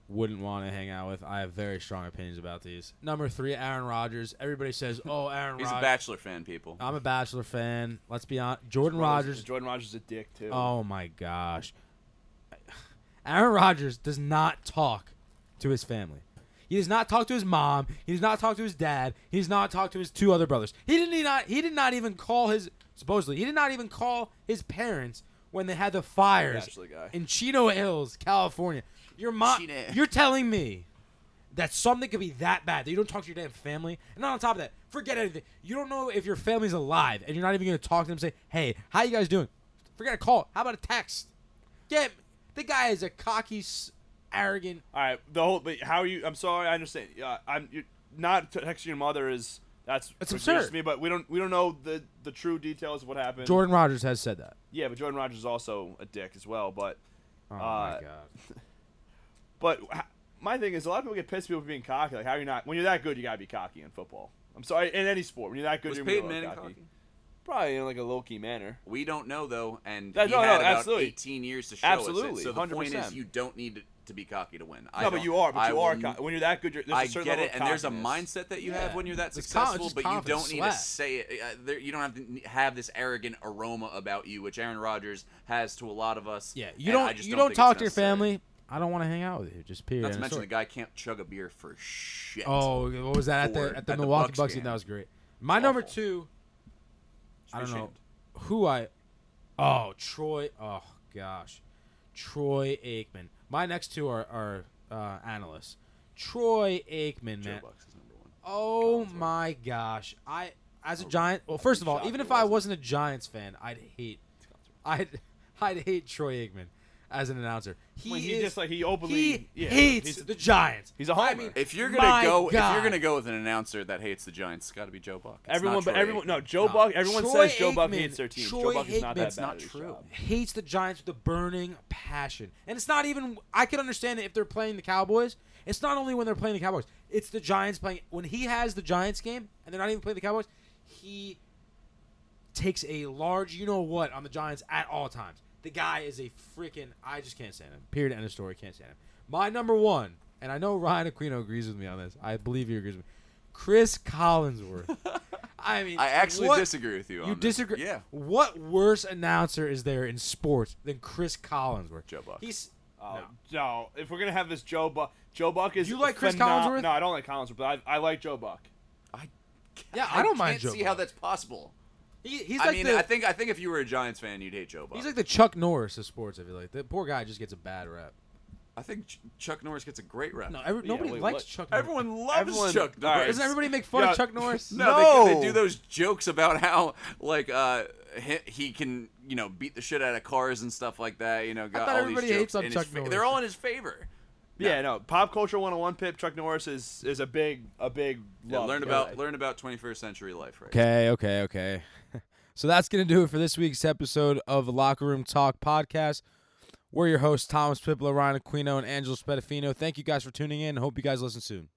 [SPEAKER 3] wouldn't want to hang out with. I have very strong opinions about these. Number three, Aaron Rodgers. Everybody says, "Oh, Aaron
[SPEAKER 2] He's a
[SPEAKER 3] Rodgers."
[SPEAKER 2] bachelor fan,
[SPEAKER 4] Uh,
[SPEAKER 2] people.
[SPEAKER 3] I'm a Bachelor fan. Let's be honest. Jordan Rodgers.
[SPEAKER 4] Jordan Rogers is a dick too.
[SPEAKER 3] Oh my gosh, Aaron Rodgers does not talk to his family. He does not talk to his mom. He does not talk to his dad. He does not talk to his two other brothers. He did not. He did not even call his supposedly. He did not even call his parents when they had the fires
[SPEAKER 4] Bachelor guy.
[SPEAKER 3] in Chino Hills, California. Your mom.
[SPEAKER 2] Chino.
[SPEAKER 3] Uh, You're telling me that something could be that bad that you don't talk to your damn family, and not on top of that, forget anything. You don't know if your family's alive, and you're not even going to talk to them. and Say, hey, how you guys doing? Forget a call. How about a text? Yeah, the guy is a cocky, s- arrogant.
[SPEAKER 4] All right, the whole. But how are you? I'm sorry. I understand. Yeah, I'm. You're, not texting your mother is That's
[SPEAKER 1] It's
[SPEAKER 4] what appears
[SPEAKER 1] absurd.
[SPEAKER 4] to me, but we don't we don't know the the true details of what happened.
[SPEAKER 3] Jordan Rogers has said that.
[SPEAKER 4] Yeah, but Jordan Rogers is also a dick as well. But
[SPEAKER 3] Oh
[SPEAKER 4] Uh,
[SPEAKER 3] my god.
[SPEAKER 4] but h- my thing is, a lot of people get pissed at people for being cocky. Like, how are you not? When you're that good, you gotta be cocky in football. I'm sorry, in any sport, when you're that good,
[SPEAKER 2] Was
[SPEAKER 4] you're gonna be
[SPEAKER 2] Peyton
[SPEAKER 4] a little
[SPEAKER 2] Manning
[SPEAKER 4] cocky.
[SPEAKER 2] cocky?
[SPEAKER 4] Probably in like a low key manner.
[SPEAKER 2] We don't know though, and
[SPEAKER 4] That-
[SPEAKER 2] he
[SPEAKER 4] no, no,
[SPEAKER 2] had about
[SPEAKER 4] absolutely.
[SPEAKER 2] 18 years to show us
[SPEAKER 4] Absolutely,
[SPEAKER 2] it. So the point is,
[SPEAKER 4] 100%.
[SPEAKER 2] you don't need to, to be cocky to win. I
[SPEAKER 4] no, but
[SPEAKER 2] don't-
[SPEAKER 4] you are. But
[SPEAKER 2] I
[SPEAKER 4] you
[SPEAKER 2] will
[SPEAKER 4] are
[SPEAKER 2] n-
[SPEAKER 4] cocky. when you're that good. You're, there's
[SPEAKER 2] I
[SPEAKER 4] a certain
[SPEAKER 2] get
[SPEAKER 4] level
[SPEAKER 2] it,
[SPEAKER 4] of
[SPEAKER 2] and there's a
[SPEAKER 4] cockiness.
[SPEAKER 2] mindset that you
[SPEAKER 3] Yeah.
[SPEAKER 2] have when you're that
[SPEAKER 3] It's con-
[SPEAKER 2] successful,
[SPEAKER 3] just
[SPEAKER 2] but you
[SPEAKER 3] confidence,
[SPEAKER 2] don't need
[SPEAKER 3] swag.
[SPEAKER 2] to say it. Uh, there, you don't have to n- have this arrogant aroma about you, which Aaron Rodgers has to a lot of us.
[SPEAKER 3] Yeah, you
[SPEAKER 2] and I
[SPEAKER 3] don't
[SPEAKER 2] just
[SPEAKER 3] you don't
[SPEAKER 2] think it's
[SPEAKER 3] talk to your
[SPEAKER 2] necessary.
[SPEAKER 3] family. I don't want to hang out with you. Just period.
[SPEAKER 2] Not to
[SPEAKER 3] end of
[SPEAKER 2] mention
[SPEAKER 3] story.
[SPEAKER 2] the guy can't chug a beer for shit.
[SPEAKER 3] Oh, what was that at the
[SPEAKER 2] Four
[SPEAKER 3] at the
[SPEAKER 2] at the
[SPEAKER 3] Milwaukee
[SPEAKER 2] Bucks
[SPEAKER 3] Bucks? game?
[SPEAKER 2] game.
[SPEAKER 3] That was great. My number
[SPEAKER 2] awful.
[SPEAKER 3] two. I don't
[SPEAKER 2] Should be
[SPEAKER 3] know
[SPEAKER 2] ashamed.
[SPEAKER 3] who I. Oh, Troy. Oh gosh, Troy Aikman. My next two are are uh, analysts. Troy Aikman,
[SPEAKER 2] Joe
[SPEAKER 3] man.
[SPEAKER 2] Buck's is number one.
[SPEAKER 3] Oh my gosh, I as a
[SPEAKER 4] Oh,
[SPEAKER 3] Giant. Well, first of all,
[SPEAKER 4] shocked
[SPEAKER 3] even
[SPEAKER 4] it
[SPEAKER 3] if I
[SPEAKER 4] wasn't.
[SPEAKER 3] wasn't a Giants fan, I'd hate. I'd I'd hate Troy Aikman as an announcer. He
[SPEAKER 4] Well, he
[SPEAKER 3] is
[SPEAKER 4] just, like, he openly-
[SPEAKER 3] he
[SPEAKER 4] yeah,
[SPEAKER 3] hates
[SPEAKER 4] he's-
[SPEAKER 3] the Giants.
[SPEAKER 4] He's a
[SPEAKER 3] I
[SPEAKER 4] homer.
[SPEAKER 3] mean,
[SPEAKER 2] If you're gonna
[SPEAKER 3] My
[SPEAKER 2] go, if
[SPEAKER 3] God.
[SPEAKER 2] you're gonna go with an announcer that hates the Giants, it's got to be Joe Buck. It's not
[SPEAKER 4] Everyone, but
[SPEAKER 2] Troy
[SPEAKER 4] everyone,
[SPEAKER 2] Aikman.
[SPEAKER 4] no. Joe
[SPEAKER 3] No.
[SPEAKER 4] Buck. Everyone
[SPEAKER 3] Troy
[SPEAKER 4] says Joe Buck
[SPEAKER 3] Aikman-
[SPEAKER 4] hates their team.
[SPEAKER 3] Troy
[SPEAKER 4] Joe Buck is not that
[SPEAKER 3] Aikman's
[SPEAKER 4] bad.
[SPEAKER 2] not
[SPEAKER 4] at his
[SPEAKER 2] true.
[SPEAKER 4] job.
[SPEAKER 3] hates the Giants with a burning passion. And it's not even I can understand it if they're playing the Cowboys. It's not only when they're playing the Cowboys. It's the Giants playing when he has the Giants game and they're not even playing the Cowboys, he takes a large you know what on the Giants at all times. The guy is a freaking I just can't stand him. Period end of story, can't stand him. My number one, and I know Ryan Aquino agrees with me on this. I believe he agrees with me. Chris Collinsworth. I mean
[SPEAKER 2] I actually
[SPEAKER 3] what-
[SPEAKER 2] disagree with you. on
[SPEAKER 3] you
[SPEAKER 2] this.
[SPEAKER 3] disagree?
[SPEAKER 2] Yeah.
[SPEAKER 3] What worse announcer is there in sports than Chris Collinsworth?
[SPEAKER 2] Joe Buck.
[SPEAKER 3] He's
[SPEAKER 4] Oh,
[SPEAKER 3] no.
[SPEAKER 4] no. If we're gonna have this Joe Buck, Joe Buck is.
[SPEAKER 3] You like Chris
[SPEAKER 4] phenom-
[SPEAKER 3] Collinsworth?
[SPEAKER 4] No, I don't like Collinsworth, but I, I like Joe Buck.
[SPEAKER 2] I
[SPEAKER 3] Yeah, I don't mind
[SPEAKER 2] can't
[SPEAKER 3] Joe
[SPEAKER 2] see how
[SPEAKER 3] Buck.
[SPEAKER 2] that's possible.
[SPEAKER 3] he, he's
[SPEAKER 2] I
[SPEAKER 3] like
[SPEAKER 2] mean,
[SPEAKER 3] the
[SPEAKER 2] I think I think if you were a Giants fan, you'd hate Joe Buck.
[SPEAKER 3] he's like the Chuck Norris of sports. I feel like the poor guy just gets a bad rap.
[SPEAKER 2] I think Ch- Chuck Norris gets a great rep.
[SPEAKER 3] No, every,
[SPEAKER 4] Yeah,
[SPEAKER 3] nobody
[SPEAKER 4] wait,
[SPEAKER 3] likes
[SPEAKER 4] what?
[SPEAKER 3] Chuck. Norris.
[SPEAKER 2] everyone loves
[SPEAKER 4] Everyone-
[SPEAKER 2] Chuck
[SPEAKER 4] all right.
[SPEAKER 2] Norris.
[SPEAKER 3] doesn't everybody make fun
[SPEAKER 4] Yeah.
[SPEAKER 3] of Chuck Norris?
[SPEAKER 2] No, They,
[SPEAKER 4] No.
[SPEAKER 2] they do those jokes about how like uh he, he can you know beat the shit out of cars and stuff like that. You know, got
[SPEAKER 3] thought
[SPEAKER 2] all
[SPEAKER 3] everybody
[SPEAKER 2] these jokes
[SPEAKER 3] hates on
[SPEAKER 2] in his
[SPEAKER 3] Chuck
[SPEAKER 2] fa-
[SPEAKER 3] Norris.
[SPEAKER 2] They're all in his favor.
[SPEAKER 4] Yeah, no. Pop culture 101 Pip Chuck Norris is is a big a big
[SPEAKER 2] Yeah,
[SPEAKER 4] love.
[SPEAKER 2] learn
[SPEAKER 4] Yeah.
[SPEAKER 2] about learn about 21st century life, right?
[SPEAKER 1] Okay, okay, okay. so that's going to do it for this week's episode of Locker Room Talk Podcast. We're your hosts, Thomas Pipla, Ryan Aquino, and Angelo Spedafino. Thank you guys for tuning in. Hope you guys listen soon.